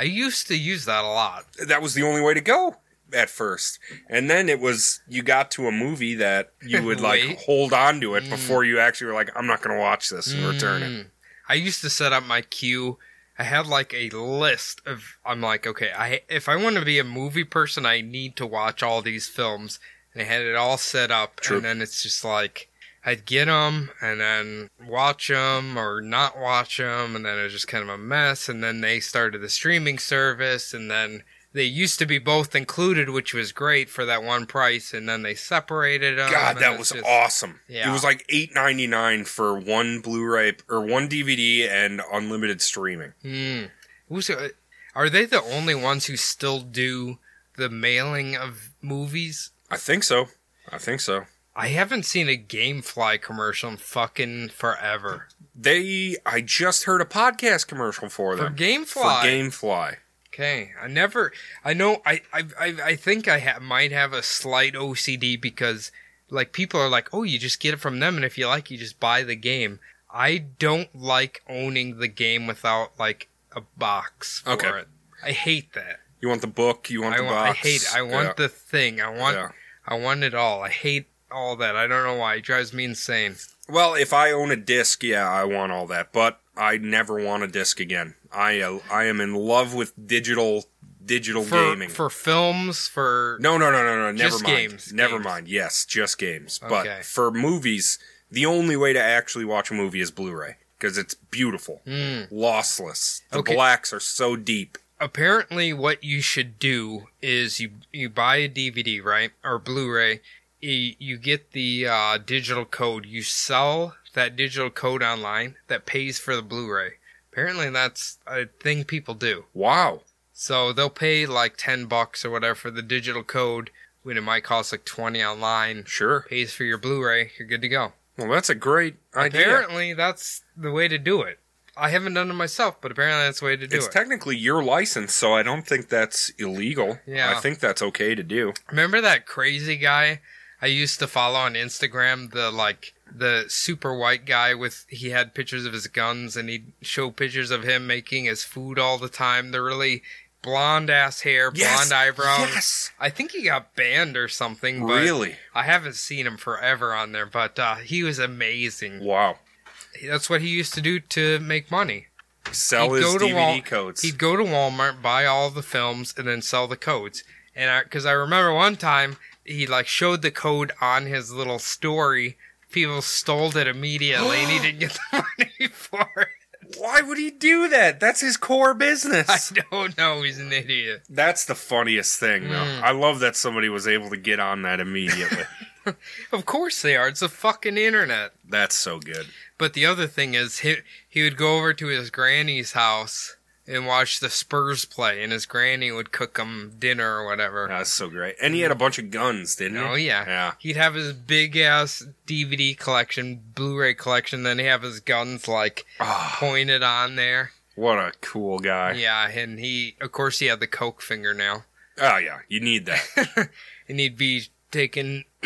[SPEAKER 2] I used to use that a lot.
[SPEAKER 1] That was the only way to go at first. And then it was you got to a movie that you would like
[SPEAKER 2] Wait.
[SPEAKER 1] hold on to it before you actually were like I'm not going to watch this and return it.
[SPEAKER 2] Mm. I used to set up my queue. I had like a list of. I'm like, okay, I if I want to be a movie person, I need to watch all these films, and I had it all set up.
[SPEAKER 1] True.
[SPEAKER 2] And then it's just like I'd get them and then watch them or not watch them, and then it was just kind of a mess. And then they started the streaming service, and then they used to be both included, which was great for that one price, and then they separated them.
[SPEAKER 1] God,
[SPEAKER 2] and
[SPEAKER 1] that
[SPEAKER 2] it's
[SPEAKER 1] was
[SPEAKER 2] Oh, just-
[SPEAKER 1] awesome.
[SPEAKER 2] yeah.
[SPEAKER 1] It was like eight ninety nine for one Blu-ray or one DVD and unlimited streaming.
[SPEAKER 2] Mm. Who's, uh, are they the only ones who still do the mailing of movies?
[SPEAKER 1] I think so. I think so.
[SPEAKER 2] I haven't seen a GameFly commercial in fucking forever.
[SPEAKER 1] They. I just heard a podcast commercial for
[SPEAKER 2] For
[SPEAKER 1] them
[SPEAKER 2] GameFly.
[SPEAKER 1] for GameFly.
[SPEAKER 2] Okay, I never. I know. I I I, I think I ha- might have a slight OCD because like people are like, oh, you just get it from them, and if you like, you just buy the game. I don't like owning the game without like a box for
[SPEAKER 1] Okay.
[SPEAKER 2] it. I hate that.
[SPEAKER 1] You want the book? You want
[SPEAKER 2] I
[SPEAKER 1] the
[SPEAKER 2] want.
[SPEAKER 1] box?
[SPEAKER 2] I hate. It. I want
[SPEAKER 1] Yeah,
[SPEAKER 2] the thing. I want.
[SPEAKER 1] yeah.
[SPEAKER 2] I want it all. I hate all that. I don't know why. It drives me insane.
[SPEAKER 1] Well, if I own a disc, yeah, I want all that, but I never want a disc again. I uh, I am in love with digital digital
[SPEAKER 2] For
[SPEAKER 1] gaming.
[SPEAKER 2] for films for
[SPEAKER 1] no, no, no, no, no. Never
[SPEAKER 2] Just
[SPEAKER 1] mind.
[SPEAKER 2] games,
[SPEAKER 1] Never
[SPEAKER 2] games.
[SPEAKER 1] mind. Yes, just games.
[SPEAKER 2] Okay.
[SPEAKER 1] But for movies, the only way to actually watch a movie is Blu-ray because it's beautiful,
[SPEAKER 2] Mm.
[SPEAKER 1] lossless. The
[SPEAKER 2] Okay.
[SPEAKER 1] blacks are so deep.
[SPEAKER 2] apparently what you should do is you you buy a DVD, right? Or Blu-ray, you, you get the uh, digital code, you sell that digital code online that pays for the Blu-ray. Apparently that's a thing people do.
[SPEAKER 1] Wow.
[SPEAKER 2] So they'll pay like 10 bucks or whatever for the digital code when it might cost like 20 online.
[SPEAKER 1] Sure.
[SPEAKER 2] Pays for your Blu-ray, you're good to go.
[SPEAKER 1] Well, that's a great idea.
[SPEAKER 2] Apparently that's the way to do it. I haven't done it myself, but apparently that's the way to do
[SPEAKER 1] It's
[SPEAKER 2] it.
[SPEAKER 1] technically your license, so I don't think that's illegal.
[SPEAKER 2] Yeah.
[SPEAKER 1] I think that's okay to do.
[SPEAKER 2] Remember that crazy guy I used to follow on Instagram? The like the super white guy with he had pictures of his guns and he'd show pictures of him making his food all the time. The really blonde ass hair, blonde eyebrows.
[SPEAKER 1] Yes.
[SPEAKER 2] I think he got banned or something, but
[SPEAKER 1] Really?
[SPEAKER 2] I haven't seen him forever on there, but uh, he was amazing.
[SPEAKER 1] Wow.
[SPEAKER 2] That's what he used to do to make money.
[SPEAKER 1] Sell
[SPEAKER 2] He'd
[SPEAKER 1] his
[SPEAKER 2] go to
[SPEAKER 1] DVD
[SPEAKER 2] Wal-
[SPEAKER 1] codes.
[SPEAKER 2] He'd go to Walmart, buy all the films, and then sell the codes. And I, because I remember one time he like showed the code on his little story, people stole it immediately, and he didn't get the money for it.
[SPEAKER 1] Why would he do that? That's his core
[SPEAKER 2] I
[SPEAKER 1] business.
[SPEAKER 2] don't know. He's an idiot.
[SPEAKER 1] That's the funniest thing, though.
[SPEAKER 2] Mm.
[SPEAKER 1] I love that somebody was able to get on that immediately.
[SPEAKER 2] Of course they are. It's the fucking internet.
[SPEAKER 1] That's so good.
[SPEAKER 2] But the other thing is, he he would go over to his granny's house and watch the Spurs play, and his granny would cook him dinner or whatever.
[SPEAKER 1] That's so great. And he had a bunch of guns, didn't
[SPEAKER 2] Oh
[SPEAKER 1] he?
[SPEAKER 2] yeah.
[SPEAKER 1] Yeah.
[SPEAKER 2] He'd have his big ass DVD collection, Blu-ray collection, then he'd have his guns like
[SPEAKER 1] Ah,
[SPEAKER 2] pointed on there.
[SPEAKER 1] what a cool guy.
[SPEAKER 2] Yeah, and he of course he had the coke fingernail.
[SPEAKER 1] Oh yeah, you need that.
[SPEAKER 2] And he'd be taking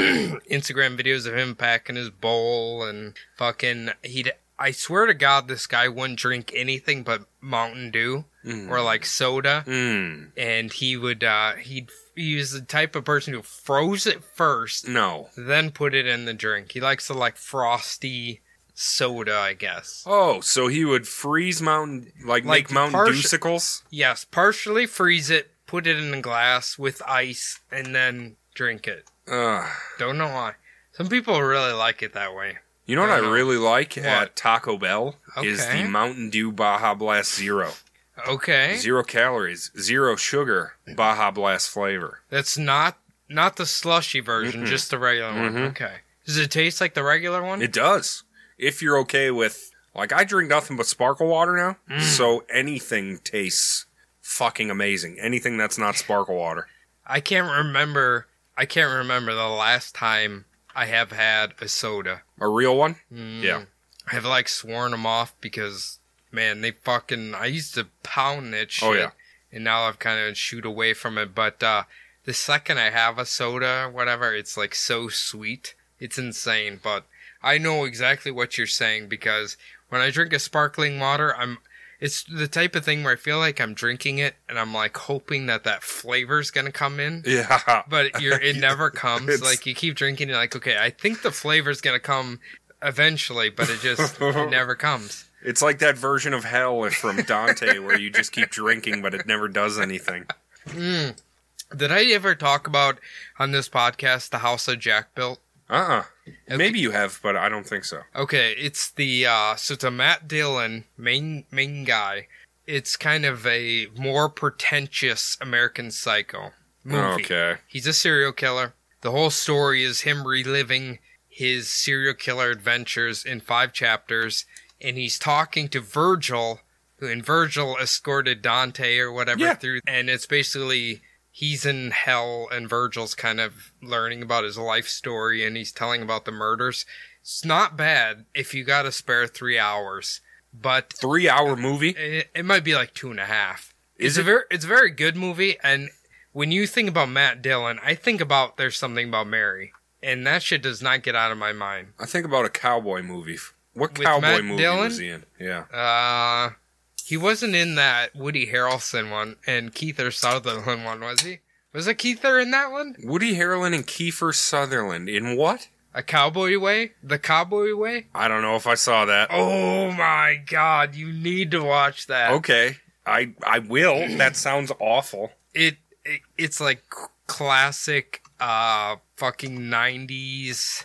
[SPEAKER 2] Instagram videos of him packing his bowl and fucking he'd I swear to God this guy wouldn't drink anything but Mountain Dew
[SPEAKER 1] Mm.
[SPEAKER 2] or like soda
[SPEAKER 1] Mm.
[SPEAKER 2] and he would uh he'd he was the type of person who froze it first
[SPEAKER 1] No.
[SPEAKER 2] then put it in the drink. He likes the like frosty soda, I guess.
[SPEAKER 1] Oh, so he would freeze mountain like, make
[SPEAKER 2] Like
[SPEAKER 1] mountain
[SPEAKER 2] partial-
[SPEAKER 1] dewsicles?
[SPEAKER 2] Yes, partially freeze it, put it in a glass with ice, and then drink it.
[SPEAKER 1] Ugh.
[SPEAKER 2] Don't know why. Some people really like it that way.
[SPEAKER 1] You know what I
[SPEAKER 2] Yeah.
[SPEAKER 1] really like
[SPEAKER 2] What?
[SPEAKER 1] at Taco Bell is
[SPEAKER 2] Okay.
[SPEAKER 1] the Mountain Dew Baja Blast Zero.
[SPEAKER 2] Okay,
[SPEAKER 1] Zero calories, zero sugar, Baja Blast flavor.
[SPEAKER 2] that's not not the slushy version,
[SPEAKER 1] Mm-mm.
[SPEAKER 2] just the regular one.
[SPEAKER 1] Mhm.
[SPEAKER 2] Okay, does it taste like the regular one?
[SPEAKER 1] It does. If you're okay with, like, I drink nothing but sparkle water now,
[SPEAKER 2] Mm.
[SPEAKER 1] so anything tastes fucking amazing. Anything that's not sparkle water.
[SPEAKER 2] I can't remember. I can't remember the last time I have had a soda.
[SPEAKER 1] A real one?
[SPEAKER 2] Mm.
[SPEAKER 1] Yeah.
[SPEAKER 2] I've like sworn them off because man, they fucking I used to pound that shit.
[SPEAKER 1] Oh, yeah.
[SPEAKER 2] And now I've kind of shoot away from it, but uh the second I have a soda, whatever, it's like so sweet. It's insane, but I know exactly what you're saying because when I drink a sparkling water, I'm it's the type of thing where I feel like I'm drinking it and I'm like hoping that that flavor's going to come in
[SPEAKER 1] Yeah.
[SPEAKER 2] but you're, it never comes.
[SPEAKER 1] It's-
[SPEAKER 2] like you keep drinking, you're like, okay, I think the flavor's gonna come eventually, but it just it never comes.
[SPEAKER 1] It's like that version of hell from Dante where you just keep drinking, but it never does anything.
[SPEAKER 2] Mm. Did I ever talk about on this podcast the house that Jack built?
[SPEAKER 1] Uh uh Maybe you have, but I don't think so.
[SPEAKER 2] Okay, it's the uh, so it's a Matt Dillon main main guy. it's kind of a more pretentious American Psycho movie.
[SPEAKER 1] Oh, Okay.
[SPEAKER 2] He's a serial killer. The whole story is him reliving his serial killer adventures in five chapters, and he's talking to Virgil, who and Virgil escorted Dante or whatever
[SPEAKER 1] Yeah.
[SPEAKER 2] through, and it's basically he's in hell, and Virgil's kind of learning about his life story, and he's telling about the murders. It's not bad if you got to spare three hours, but
[SPEAKER 1] Three hour movie.
[SPEAKER 2] it, it might be like two and a half.
[SPEAKER 1] Is
[SPEAKER 2] it's a
[SPEAKER 1] it-
[SPEAKER 2] very it's a very good movie, and when you think about Matt Dillon, I think about there's something about Mary, and that shit does not get out of my mind.
[SPEAKER 1] I think about a cowboy movie. What
[SPEAKER 2] With
[SPEAKER 1] cowboy
[SPEAKER 2] Matt
[SPEAKER 1] movie
[SPEAKER 2] Dillon?
[SPEAKER 1] was he in? Yeah.
[SPEAKER 2] Uh, he wasn't in that Woody Harrelson one and Keith or Sutherland one, was he? Was a Keither in that one?
[SPEAKER 1] Woody Harrelson and Kiefer Sutherland in what?
[SPEAKER 2] A Cowboy Way? The Cowboy Way?
[SPEAKER 1] I don't know if I saw that.
[SPEAKER 2] Oh my god, you need to watch that.
[SPEAKER 1] Okay. I I will. That sounds awful.
[SPEAKER 2] It, it it's like c- classic uh fucking 90s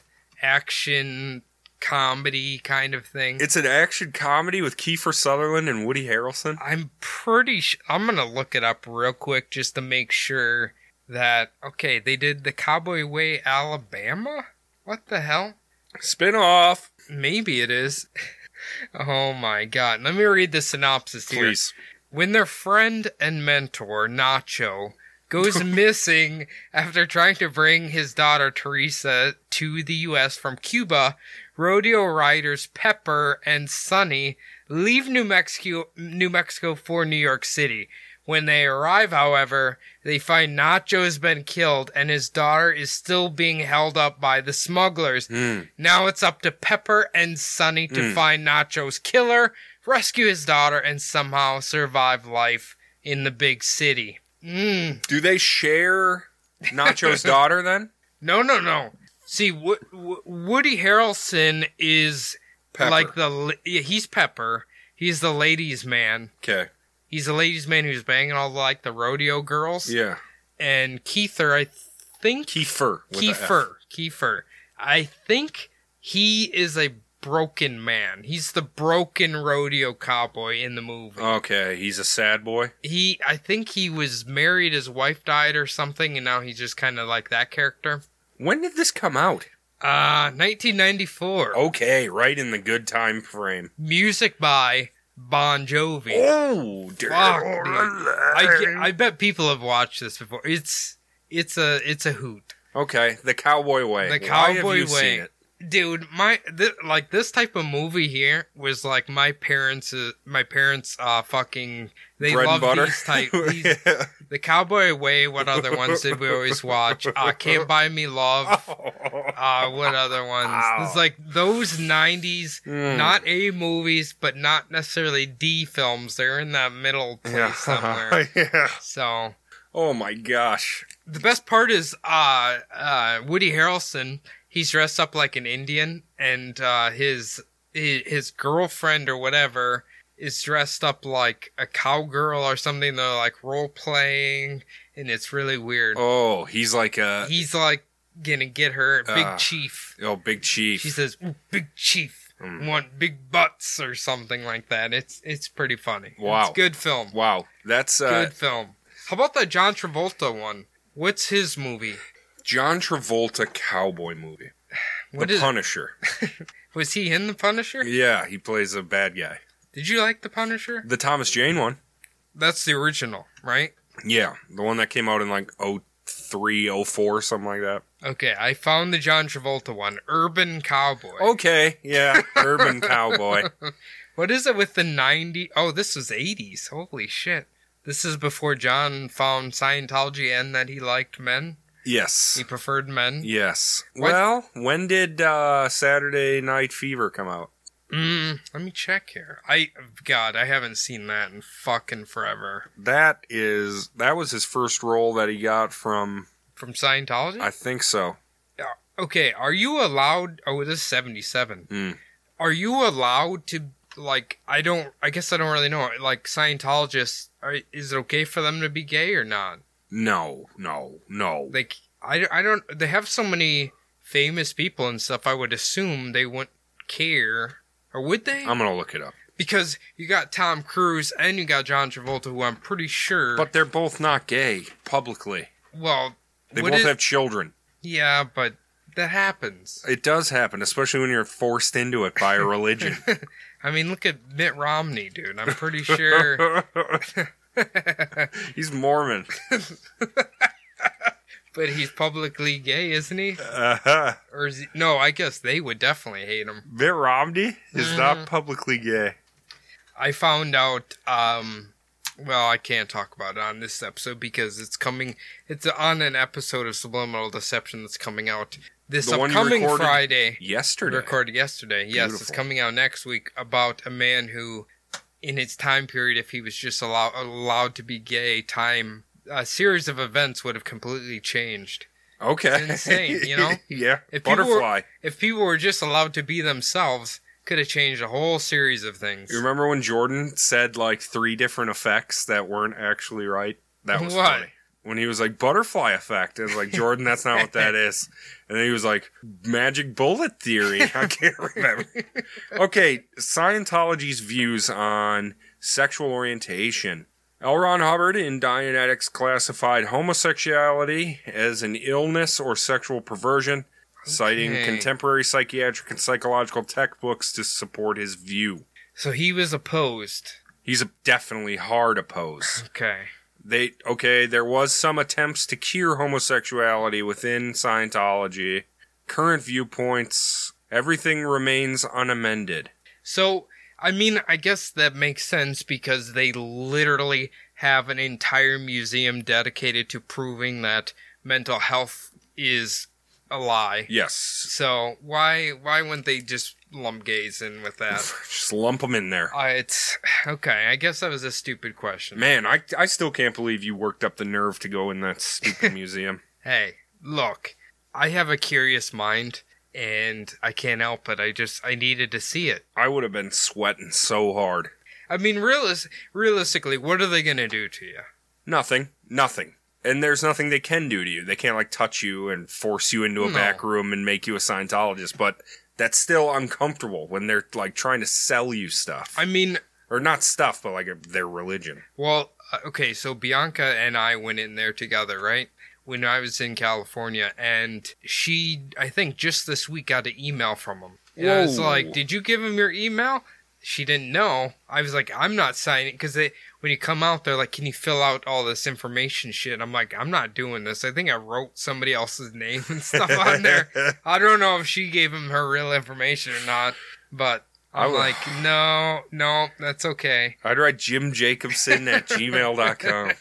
[SPEAKER 2] action comedy kind of thing.
[SPEAKER 1] It's an action comedy with Kiefer Sutherland and Woody Harrelson.
[SPEAKER 2] I'm pretty sure. I'm going to look it up real quick just to make sure that. Okay, they did the Cowboy Way, Alabama? What the hell?
[SPEAKER 1] Spin off,
[SPEAKER 2] Maybe it is. oh my god. Let me read the synopsis here.
[SPEAKER 1] please.
[SPEAKER 2] When their friend and mentor, Nacho, goes missing after trying to bring his daughter, Teresa, to the U.S. from Cuba, rodeo riders Pepper and Sonny leave New Mexico, New Mexico for New York City. When they arrive, however, they find Nacho's been killed and his daughter is still being held up by the smugglers.
[SPEAKER 1] Mm.
[SPEAKER 2] Now it's up to Pepper and Sonny to find Nacho's killer, rescue his daughter, and somehow survive life in the big city. Mm.
[SPEAKER 1] Do they share Nacho's daughter then?
[SPEAKER 2] No, no, no. See, Wo- Wo- Woody Harrelson is
[SPEAKER 1] Pepper.
[SPEAKER 2] like the la- yeah, he's Pepper. He's the ladies' man.
[SPEAKER 1] Okay.
[SPEAKER 2] He's the ladies' man who's banging all like the rodeo girls.
[SPEAKER 1] Yeah.
[SPEAKER 2] And Keither, I think
[SPEAKER 1] Kiefer. with a F.
[SPEAKER 2] Kiefer. Kiefer. I think he is a broken man. He's the broken rodeo cowboy in the movie.
[SPEAKER 1] Oh. Okay, he's a sad boy.
[SPEAKER 2] he, I think he was married, his wife died or something, and now he's just kind of like that character.
[SPEAKER 1] When did this come out?
[SPEAKER 2] Uh, 1994.
[SPEAKER 1] Okay, right in the good time frame.
[SPEAKER 2] Music by Bon Jovi.
[SPEAKER 1] Oh, dear.
[SPEAKER 2] Fuck, dude. I, ge- I bet people have watched this before. It's it's a it's a hoot.
[SPEAKER 1] Okay, the cowboy way.
[SPEAKER 2] The
[SPEAKER 1] Why have
[SPEAKER 2] Cowboy
[SPEAKER 1] you seen
[SPEAKER 2] Way.
[SPEAKER 1] it?
[SPEAKER 2] dude my th- like this type of movie here was like my parents uh, my parents uh fucking they
[SPEAKER 1] Bread and
[SPEAKER 2] love
[SPEAKER 1] butter.
[SPEAKER 2] these type these, the cowboy way what other ones did we always watch uh can't buy me love uh what other ones it's like those 90s
[SPEAKER 1] Mm.
[SPEAKER 2] not a movies but not necessarily d films they're in that middle place
[SPEAKER 1] Yeah.
[SPEAKER 2] somewhere
[SPEAKER 1] Yeah.
[SPEAKER 2] so
[SPEAKER 1] Oh my gosh.
[SPEAKER 2] the best part is uh uh Woody Harrelson. He's dressed up like an Indian, and uh, his hi- his girlfriend or whatever is dressed up like a cowgirl or something. They're like role playing, and it's really weird.
[SPEAKER 1] Oh, he's like a
[SPEAKER 2] He's like gonna get her Big
[SPEAKER 1] Ah.
[SPEAKER 2] Chief.
[SPEAKER 1] oh big chief.
[SPEAKER 2] She says "Ooh, Big Chief
[SPEAKER 1] Mm.
[SPEAKER 2] want big butts or something like that. It's it's pretty funny.
[SPEAKER 1] Wow.
[SPEAKER 2] it's a good film.
[SPEAKER 1] wow, that's uh,
[SPEAKER 2] Good film. How about that John Travolta one? What's his movie?
[SPEAKER 1] John Travolta cowboy movie.
[SPEAKER 2] What
[SPEAKER 1] the
[SPEAKER 2] is
[SPEAKER 1] Punisher.
[SPEAKER 2] Was he in The Punisher?
[SPEAKER 1] Yeah, he plays a bad guy.
[SPEAKER 2] Did you like The Punisher?
[SPEAKER 1] The Thomas Jane one.
[SPEAKER 2] That's the original, right?
[SPEAKER 1] Yeah, the one that came out in like 03, 04, something like that.
[SPEAKER 2] Okay, I found the John Travolta one, Urban Cowboy.
[SPEAKER 1] Okay, yeah, Urban Cowboy.
[SPEAKER 2] What is it with the 90? Oh, this was 80s. Holy shit. This is before John found Scientology and that he liked men.
[SPEAKER 1] Yes.
[SPEAKER 2] He preferred men.
[SPEAKER 1] Yes.
[SPEAKER 2] What-
[SPEAKER 1] Well, when did uh, Saturday Night Fever come out?
[SPEAKER 2] Mm, let me check here. I God, I haven't seen that in fucking forever.
[SPEAKER 1] That is that was his first role that he got from
[SPEAKER 2] From Scientology?
[SPEAKER 1] I think so.
[SPEAKER 2] Okay, are you allowed? Oh, this is 77.
[SPEAKER 1] Mm.
[SPEAKER 2] Are you allowed to, like, I don't, I guess I don't really know. Like, Scientologists, are, is it okay for them to be gay or not?
[SPEAKER 1] No, no, no.
[SPEAKER 2] Like, I, I don't, they have so many famous people and stuff, I would assume they wouldn't care. Or would they?
[SPEAKER 1] Um, I'm gonna look it up.
[SPEAKER 2] because you got Tom Cruise and you got John Travolta, who I'm pretty sure.
[SPEAKER 1] But they're both not gay publicly.
[SPEAKER 2] well,
[SPEAKER 1] They
[SPEAKER 2] would
[SPEAKER 1] both
[SPEAKER 2] it-
[SPEAKER 1] have children.
[SPEAKER 2] yeah, but that happens.
[SPEAKER 1] It does happen, especially when you're forced into it by a religion.
[SPEAKER 2] I mean, look at Mitt Romney, dude. I'm pretty sure.
[SPEAKER 1] He's Mormon.
[SPEAKER 2] but he's publicly gay, isn't he?
[SPEAKER 1] Uh-huh.
[SPEAKER 2] Or is he, no? I guess they would definitely hate him.
[SPEAKER 1] Mitt Romney is
[SPEAKER 2] Mm-hmm.
[SPEAKER 1] not publicly gay.
[SPEAKER 2] I found out. um Well, I can't talk about it on this episode because it's coming. It's on an episode of Subliminal Deception that's coming out this
[SPEAKER 1] The one you
[SPEAKER 2] upcoming
[SPEAKER 1] recorded
[SPEAKER 2] Friday.
[SPEAKER 1] Yesterday.
[SPEAKER 2] Recorded yesterday. Yes, it's
[SPEAKER 1] Beautiful.
[SPEAKER 2] coming out next week about a man who, in his time period, if he was just allow- allowed to be gay, time a series of events would have completely changed.
[SPEAKER 1] okay.
[SPEAKER 2] It's insane, you know?
[SPEAKER 1] yeah.
[SPEAKER 2] If people were-
[SPEAKER 1] Butterfly.
[SPEAKER 2] If people were just allowed to be themselves, could have changed a whole series of things.
[SPEAKER 1] You remember when Jordan said like three different effects that weren't actually right? That was
[SPEAKER 2] What?
[SPEAKER 1] funny. When he was like butterfly effect, it was like Jordan, that's not what that is. And then he was like magic bullet theory. I can't remember. okay, Scientology's views on sexual orientation. L. Ron Hubbard in Dianetics classified homosexuality as an illness or sexual perversion, citing
[SPEAKER 2] Okay.
[SPEAKER 1] contemporary psychiatric and psychological textbooks to support his view.
[SPEAKER 2] So he was opposed.
[SPEAKER 1] He's a definitely hard opposed.
[SPEAKER 2] Okay.
[SPEAKER 1] They okay, there was some attempts to cure homosexuality within Scientology. Current viewpoints, everything remains unamended.
[SPEAKER 2] So, I mean, I guess that makes sense because they literally have an entire museum dedicated to proving that mental health is a lie.
[SPEAKER 1] Yes.
[SPEAKER 2] So why why wouldn't they just lump gays in with that?
[SPEAKER 1] Just lump them in there.
[SPEAKER 2] Uh, it's okay. I guess that was a stupid question.
[SPEAKER 1] Man, I, I still can't believe you worked up the nerve to go in that stupid museum.
[SPEAKER 2] Hey, look, I have a curious mind, and I can't help it. I just I needed to see it.
[SPEAKER 1] I would have been sweating so hard.
[SPEAKER 2] I mean, realis- realistically, what are they gonna do to you?
[SPEAKER 1] Nothing. Nothing. And there's nothing they can do to you. They can't like touch you and force you into a
[SPEAKER 2] No.
[SPEAKER 1] back room and make you a Scientologist, but that's still uncomfortable when they're like trying to sell you stuff.
[SPEAKER 2] I mean,
[SPEAKER 1] or not stuff, but like their religion.
[SPEAKER 2] Well, uh, okay, so Bianca and I went in there together, right? When I was in California, and she, I think, just this week got an email from him. And I was
[SPEAKER 1] Whoa.
[SPEAKER 2] like, "Did you give him your email?" She didn't know. I was like, "I'm not signing," because they, when you come out, they're like, "Can you fill out all this information shit?" I'm like, "I'm not doing this." I think I wrote somebody else's name and stuff on there. I don't know if she gave him her real information or not, but
[SPEAKER 1] I
[SPEAKER 2] I'm
[SPEAKER 1] would-
[SPEAKER 2] like, "No, no, that's okay."
[SPEAKER 1] I'd write Jim Jacobson at gmail.com.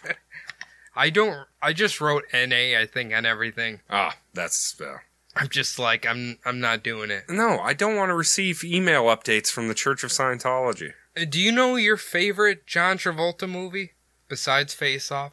[SPEAKER 2] I don't. I just wrote NA. I think on everything.
[SPEAKER 1] Ah, that's. Uh,
[SPEAKER 2] I'm just like I'm. I'm not doing it.
[SPEAKER 1] no, I don't want to receive email updates from the Church of Scientology.
[SPEAKER 2] Uh, Do you know your favorite John Travolta movie besides Face Off?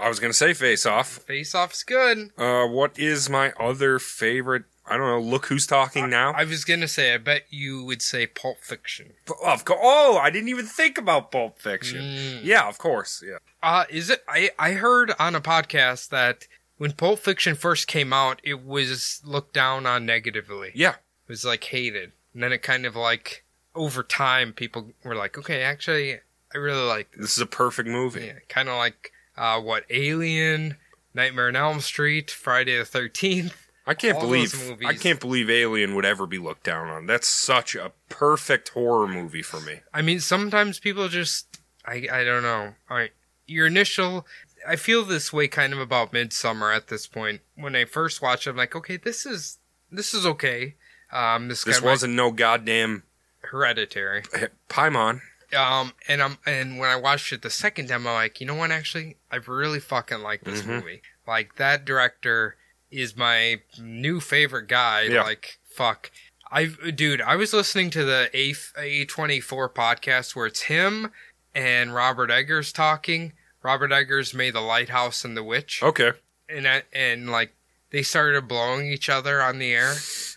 [SPEAKER 1] I was going to say face off.
[SPEAKER 2] Face Off's good.
[SPEAKER 1] Uh, what is my other favorite? I don't know. Look who's talking now.
[SPEAKER 2] I was gonna say. I bet you would say Pulp Fiction.
[SPEAKER 1] of course. Oh, I didn't even think about Pulp Fiction.
[SPEAKER 2] Mm.
[SPEAKER 1] Yeah, of course. Yeah.
[SPEAKER 2] Uh, is it? I I heard on a podcast that when Pulp Fiction first came out, it was looked down on negatively.
[SPEAKER 1] Yeah.
[SPEAKER 2] It was like hated, and then it kind of like over time, people were like, okay, actually, I really like
[SPEAKER 1] This is a perfect movie.
[SPEAKER 2] Yeah, kind of like uh, what Alien, Nightmare on Elm Street, Friday the Thirteenth.
[SPEAKER 1] I can't
[SPEAKER 2] All those
[SPEAKER 1] believe I
[SPEAKER 2] movies.
[SPEAKER 1] can't believe Alien would ever be looked down on. That's such a perfect horror movie for me.
[SPEAKER 2] I mean, sometimes people just I I don't know. All right, your initial. I feel this way kind of about Midsummer at this point. When I first watched, it, I'm like, okay, this is this is okay. Um, this,
[SPEAKER 1] This
[SPEAKER 2] kind of
[SPEAKER 1] wasn't no goddamn
[SPEAKER 2] hereditary.
[SPEAKER 1] eh, Paimon.
[SPEAKER 2] Um, and I'm and when I watched it the second time, I'm like, you know what? Actually, I really fucking like this
[SPEAKER 1] Mhm.
[SPEAKER 2] movie. Like that director is my new favorite guy.
[SPEAKER 1] Yeah.
[SPEAKER 2] Like fuck, I dude, I was listening to the A A twenty four podcast where it's him and Robert Eggers talking. Robert Eggers made The Lighthouse and The Witch,
[SPEAKER 1] Okay.
[SPEAKER 2] and I, and like they started blowing each other on the air.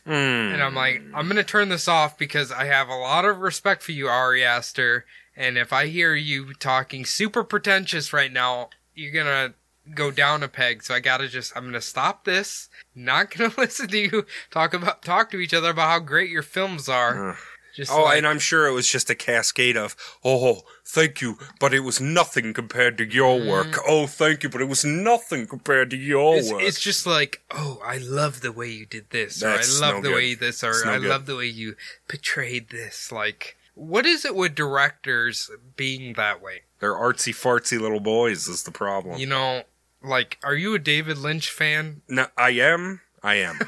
[SPEAKER 1] Mm.
[SPEAKER 2] And I'm like, I'm gonna turn this off because I have a lot of respect for you, Ari Aster. And if I hear you talking super pretentious right now, you're gonna go down a peg. So I gotta just, I'm gonna stop this. Not gonna listen to you talk about talk to each other about how great your films are.
[SPEAKER 1] Ugh.
[SPEAKER 2] Just
[SPEAKER 1] Oh,
[SPEAKER 2] like,
[SPEAKER 1] and I'm sure it was just a cascade of, oh, thank you, but it was nothing compared to
[SPEAKER 2] Mm.
[SPEAKER 1] your work. Oh, thank you, but it was nothing compared to your
[SPEAKER 2] it's,
[SPEAKER 1] work.
[SPEAKER 2] it's just like, oh, I love the way you did this, or
[SPEAKER 1] That's
[SPEAKER 2] I love
[SPEAKER 1] no
[SPEAKER 2] the
[SPEAKER 1] good.
[SPEAKER 2] way you this, or
[SPEAKER 1] It's no
[SPEAKER 2] I
[SPEAKER 1] good.
[SPEAKER 2] love the way you portrayed this. Like, what is it with directors being that way?
[SPEAKER 1] They're artsy fartsy little boys, is the problem.
[SPEAKER 2] You know, like, are you a David Lynch fan?
[SPEAKER 1] no, I am. I am.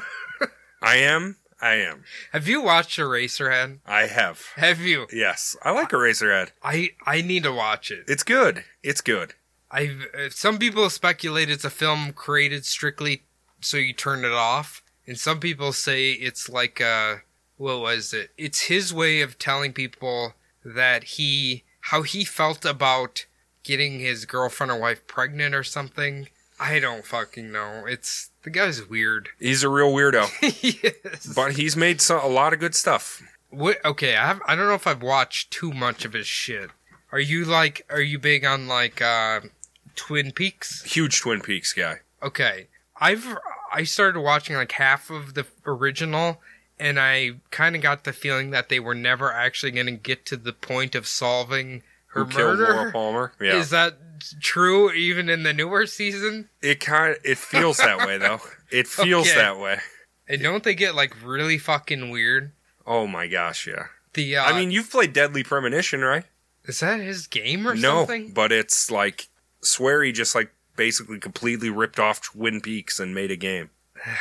[SPEAKER 1] I am. I am.
[SPEAKER 2] Have you watched Eraserhead?
[SPEAKER 1] I have.
[SPEAKER 2] Have you?
[SPEAKER 1] Yes, I like Eraserhead.
[SPEAKER 2] I I need to watch it.
[SPEAKER 1] It's good. It's good.
[SPEAKER 2] I've uh, some people speculate it's a film created strictly so you turn it off, and some people say it's like uh what was it? It's his way of telling people that he how he felt about getting his girlfriend or wife pregnant or something. I don't fucking know. It's the guy's weird.
[SPEAKER 1] He's a real weirdo,
[SPEAKER 2] yes.
[SPEAKER 1] but he's made some, a lot of good stuff.
[SPEAKER 2] What, okay, I have, I don't know if I've watched too much of his shit. Are you like are you big on like uh Twin Peaks?
[SPEAKER 1] Huge Twin Peaks guy.
[SPEAKER 2] Okay. I've I started watching like half of the original and I kind of got the feeling that they were never actually going to get to the point of solving her
[SPEAKER 1] Who killed Laura
[SPEAKER 2] murder.
[SPEAKER 1] Palmer? Yeah,
[SPEAKER 2] Is that true even in the newer season?
[SPEAKER 1] it kind it feels that way though. It feels
[SPEAKER 2] Okay.
[SPEAKER 1] that way.
[SPEAKER 2] And don't they get like really fucking weird?
[SPEAKER 1] Oh my gosh, yeah.
[SPEAKER 2] The uh,
[SPEAKER 1] I mean, you've played Deadly Premonition, right?
[SPEAKER 2] is that his game or
[SPEAKER 1] No,
[SPEAKER 2] something?
[SPEAKER 1] but it's like Swery just like basically completely ripped off Twin Peaks and made a game.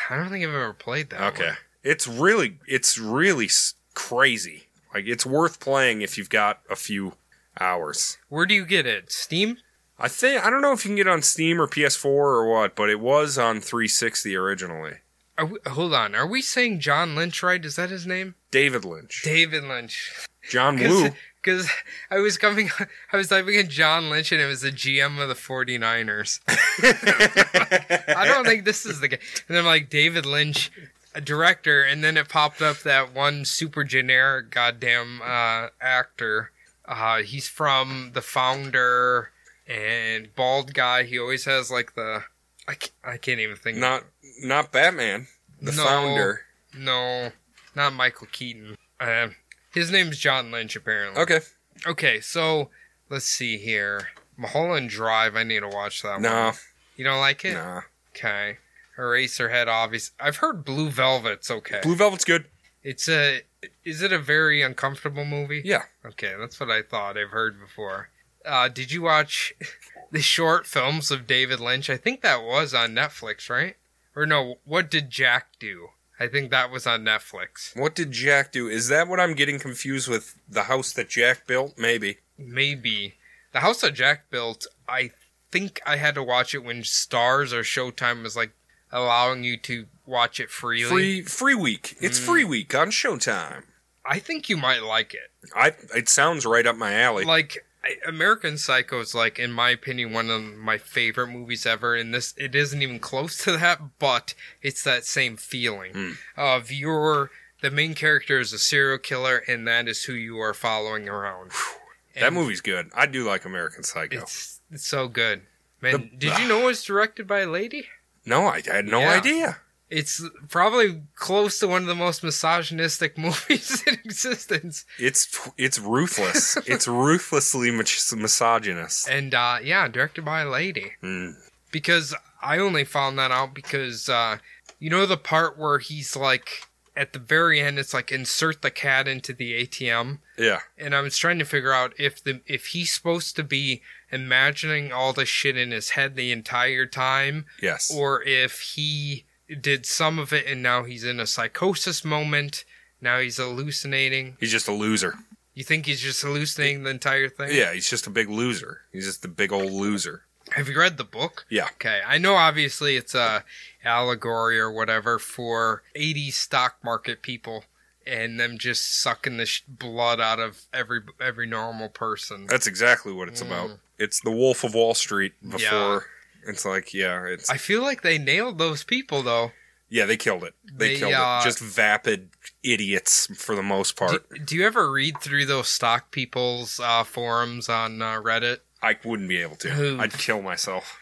[SPEAKER 2] I don't think I've ever played that.
[SPEAKER 1] Okay.
[SPEAKER 2] one.
[SPEAKER 1] It's really it's really s- crazy. Like it's worth playing if you've got a few hours.
[SPEAKER 2] Where do you get it? Steam?
[SPEAKER 1] I think I don't know if you can get it on Steam or PS4 or what, but it was on 360 originally.
[SPEAKER 2] Are we, hold on. Are we saying John Lynch right? Is that his name?
[SPEAKER 1] David Lynch,
[SPEAKER 2] David Lynch.
[SPEAKER 1] John Woo.
[SPEAKER 2] Because I was coming, I was typing in John Lynch and it was the GM of the 49ers. I don't think this is the guy. And I'm like, David Lynch, a director. And then it popped up that one super generic goddamn uh, actor. Uh, he's from The Founder and Bald Guy. He always has like the. I can't, I can't even think.
[SPEAKER 1] Not not Batman, the
[SPEAKER 2] No.
[SPEAKER 1] founder.
[SPEAKER 2] no, not Michael Keaton. Uh, his name's John Lynch, apparently.
[SPEAKER 1] Okay.
[SPEAKER 2] Okay, so let's see here. Mulholland Drive, I need to watch that one.
[SPEAKER 1] No,
[SPEAKER 2] You don't like it?
[SPEAKER 1] nah.
[SPEAKER 2] Okay. Eraserhead, obvious. I've heard Blue Velvet's okay.
[SPEAKER 1] Blue Velvet's good.
[SPEAKER 2] It's a. Is it a very uncomfortable movie?
[SPEAKER 1] Yeah.
[SPEAKER 2] Okay, that's what I thought. I've heard before. Uh, did you watch the short films of David Lynch? I think that was on Netflix, right? Or no, what did Jack do? I think that was on Netflix.
[SPEAKER 1] What did Jack do? Is that what I'm getting confused with the house that Jack built? Maybe.
[SPEAKER 2] maybe the house that jack built i think i had to watch it when stars or showtime was like allowing you to watch it freely
[SPEAKER 1] Free free week. It's free week on Showtime.
[SPEAKER 2] i think you might like it
[SPEAKER 1] I it sounds right up my alley.
[SPEAKER 2] like I, american psycho is like in my opinion one of my favorite movies ever and this it isn't even close to that but it's that same feeling
[SPEAKER 1] Mm.
[SPEAKER 2] of your the main character is a serial killer and that is who you are following around
[SPEAKER 1] that
[SPEAKER 2] And
[SPEAKER 1] movie's good. I do like American Psycho.
[SPEAKER 2] it's, it's so good man
[SPEAKER 1] The-
[SPEAKER 2] did you know it was directed by a lady
[SPEAKER 1] No, I, I had no
[SPEAKER 2] Yeah.
[SPEAKER 1] idea.
[SPEAKER 2] It's probably close to one of the most misogynistic movies in existence.
[SPEAKER 1] It's it's ruthless. it's ruthlessly mis- misogynist.
[SPEAKER 2] And uh, yeah, directed by a lady.
[SPEAKER 1] Mm.
[SPEAKER 2] Because I only found that out because uh, you know the part where he's like at the very end, it's like insert the cat into the ATM.
[SPEAKER 1] Yeah,
[SPEAKER 2] And I was trying to figure out if the if he's supposed to be imagining all the shit in his head the entire time,
[SPEAKER 1] yes.
[SPEAKER 2] or if he did some of it and now he's in a psychosis moment. Now he's hallucinating.
[SPEAKER 1] he's just a loser.
[SPEAKER 2] You think he's just hallucinating the entire thing?
[SPEAKER 1] Yeah, he's just a big loser. He's just a big old loser.
[SPEAKER 2] Have you read the book?
[SPEAKER 1] Yeah.
[SPEAKER 2] Okay. I know obviously it's a allegory or whatever for 80s stock market people and them just sucking the sh- blood out of every every normal person.
[SPEAKER 1] That's exactly what it's
[SPEAKER 2] Mm.
[SPEAKER 1] about. It's the Wolf of Wall Street before. It's like yeah, it's
[SPEAKER 2] I feel like they nailed those people though.
[SPEAKER 1] yeah. They killed it. They,
[SPEAKER 2] They,
[SPEAKER 1] killed
[SPEAKER 2] uh,
[SPEAKER 1] it. Just vapid idiots for the most
[SPEAKER 2] Do,
[SPEAKER 1] part.
[SPEAKER 2] do you ever read through those stock people's uh, forums on uh, Reddit?
[SPEAKER 1] I wouldn't be able to.
[SPEAKER 2] Who-
[SPEAKER 1] I'd kill myself.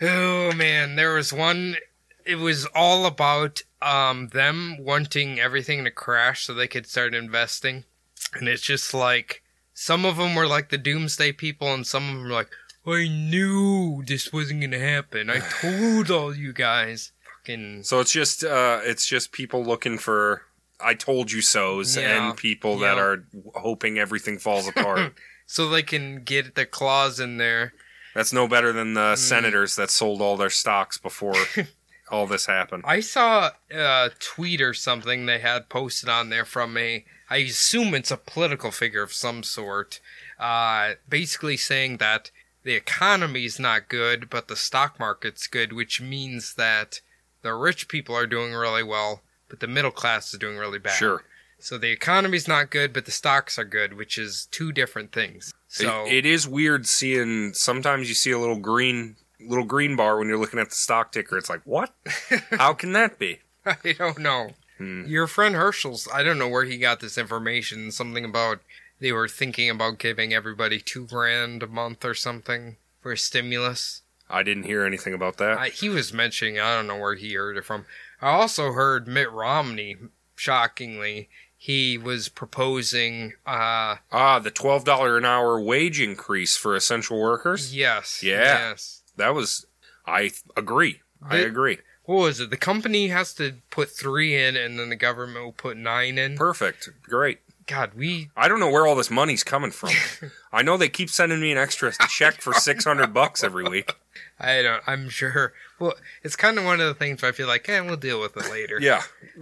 [SPEAKER 2] Oh man, there was one. It was all about um, them wanting everything to crash so they could start investing. And it's just like some of them were like the doomsday people, and some of them were like, I knew this wasn't gonna happen. I told all you guys. Fucking
[SPEAKER 1] So it's just uh, it's just people looking for I told you so's
[SPEAKER 2] Yeah.
[SPEAKER 1] and people that
[SPEAKER 2] Yeah.
[SPEAKER 1] are hoping everything falls apart.
[SPEAKER 2] so they can get their claws in there.
[SPEAKER 1] That's no better than the
[SPEAKER 2] Mm.
[SPEAKER 1] senators that sold all their stocks before all this happened.
[SPEAKER 2] I saw a tweet or something they had posted on there from a, I assume it's a political figure of some sort, uh, basically saying that the economy's not good, but the stock market's good, which means that the rich people are doing really well, but the middle class is doing really bad.
[SPEAKER 1] Sure.
[SPEAKER 2] So the economy's not good, but the stocks are good, which is two different things. So
[SPEAKER 1] It- it is weird seeing sometimes you see a little green little green bar when you're looking at the stock ticker. It's like, "What? How can that be?"
[SPEAKER 2] I don't know.
[SPEAKER 1] Hmm.
[SPEAKER 2] Your friend Herschel's, I don't know where he got this information. Something about they were thinking about giving everybody two grand a month or something for a stimulus.
[SPEAKER 1] I didn't hear anything about that.
[SPEAKER 2] I, he was mentioning, I don't know where he heard it from. I also heard Mitt Romney, shockingly, he was proposing, uh,
[SPEAKER 1] ah, the $12 an hour wage increase for essential workers?
[SPEAKER 2] yes.
[SPEAKER 1] Yeah.
[SPEAKER 2] Yes.
[SPEAKER 1] That was I th- agree. I
[SPEAKER 2] Did-
[SPEAKER 1] agree.
[SPEAKER 2] What was it? The company has to put three in and then the government will put nine in.
[SPEAKER 1] Perfect. Great.
[SPEAKER 2] God, we.
[SPEAKER 1] I don't know where all this money's coming from. I know they keep sending me an extra check for 600 bucks every week.
[SPEAKER 2] I don't. I'm sure. Well, it's kind of one of the things where I feel like, eh, we'll deal with it later.
[SPEAKER 1] Yeah.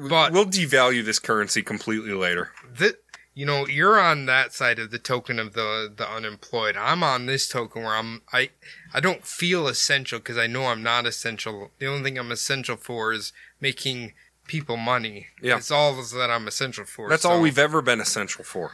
[SPEAKER 2] But-
[SPEAKER 1] we'll devalue this currency completely later.
[SPEAKER 2] Th you know you're on that side of the token of the the unemployed i'm on this token where i'm i i don't feel essential because i know i'm not essential the only thing i'm essential for is making people money
[SPEAKER 1] Yeah.
[SPEAKER 2] it's all that i'm essential for
[SPEAKER 1] That's
[SPEAKER 2] so-
[SPEAKER 1] all we've ever been essential for.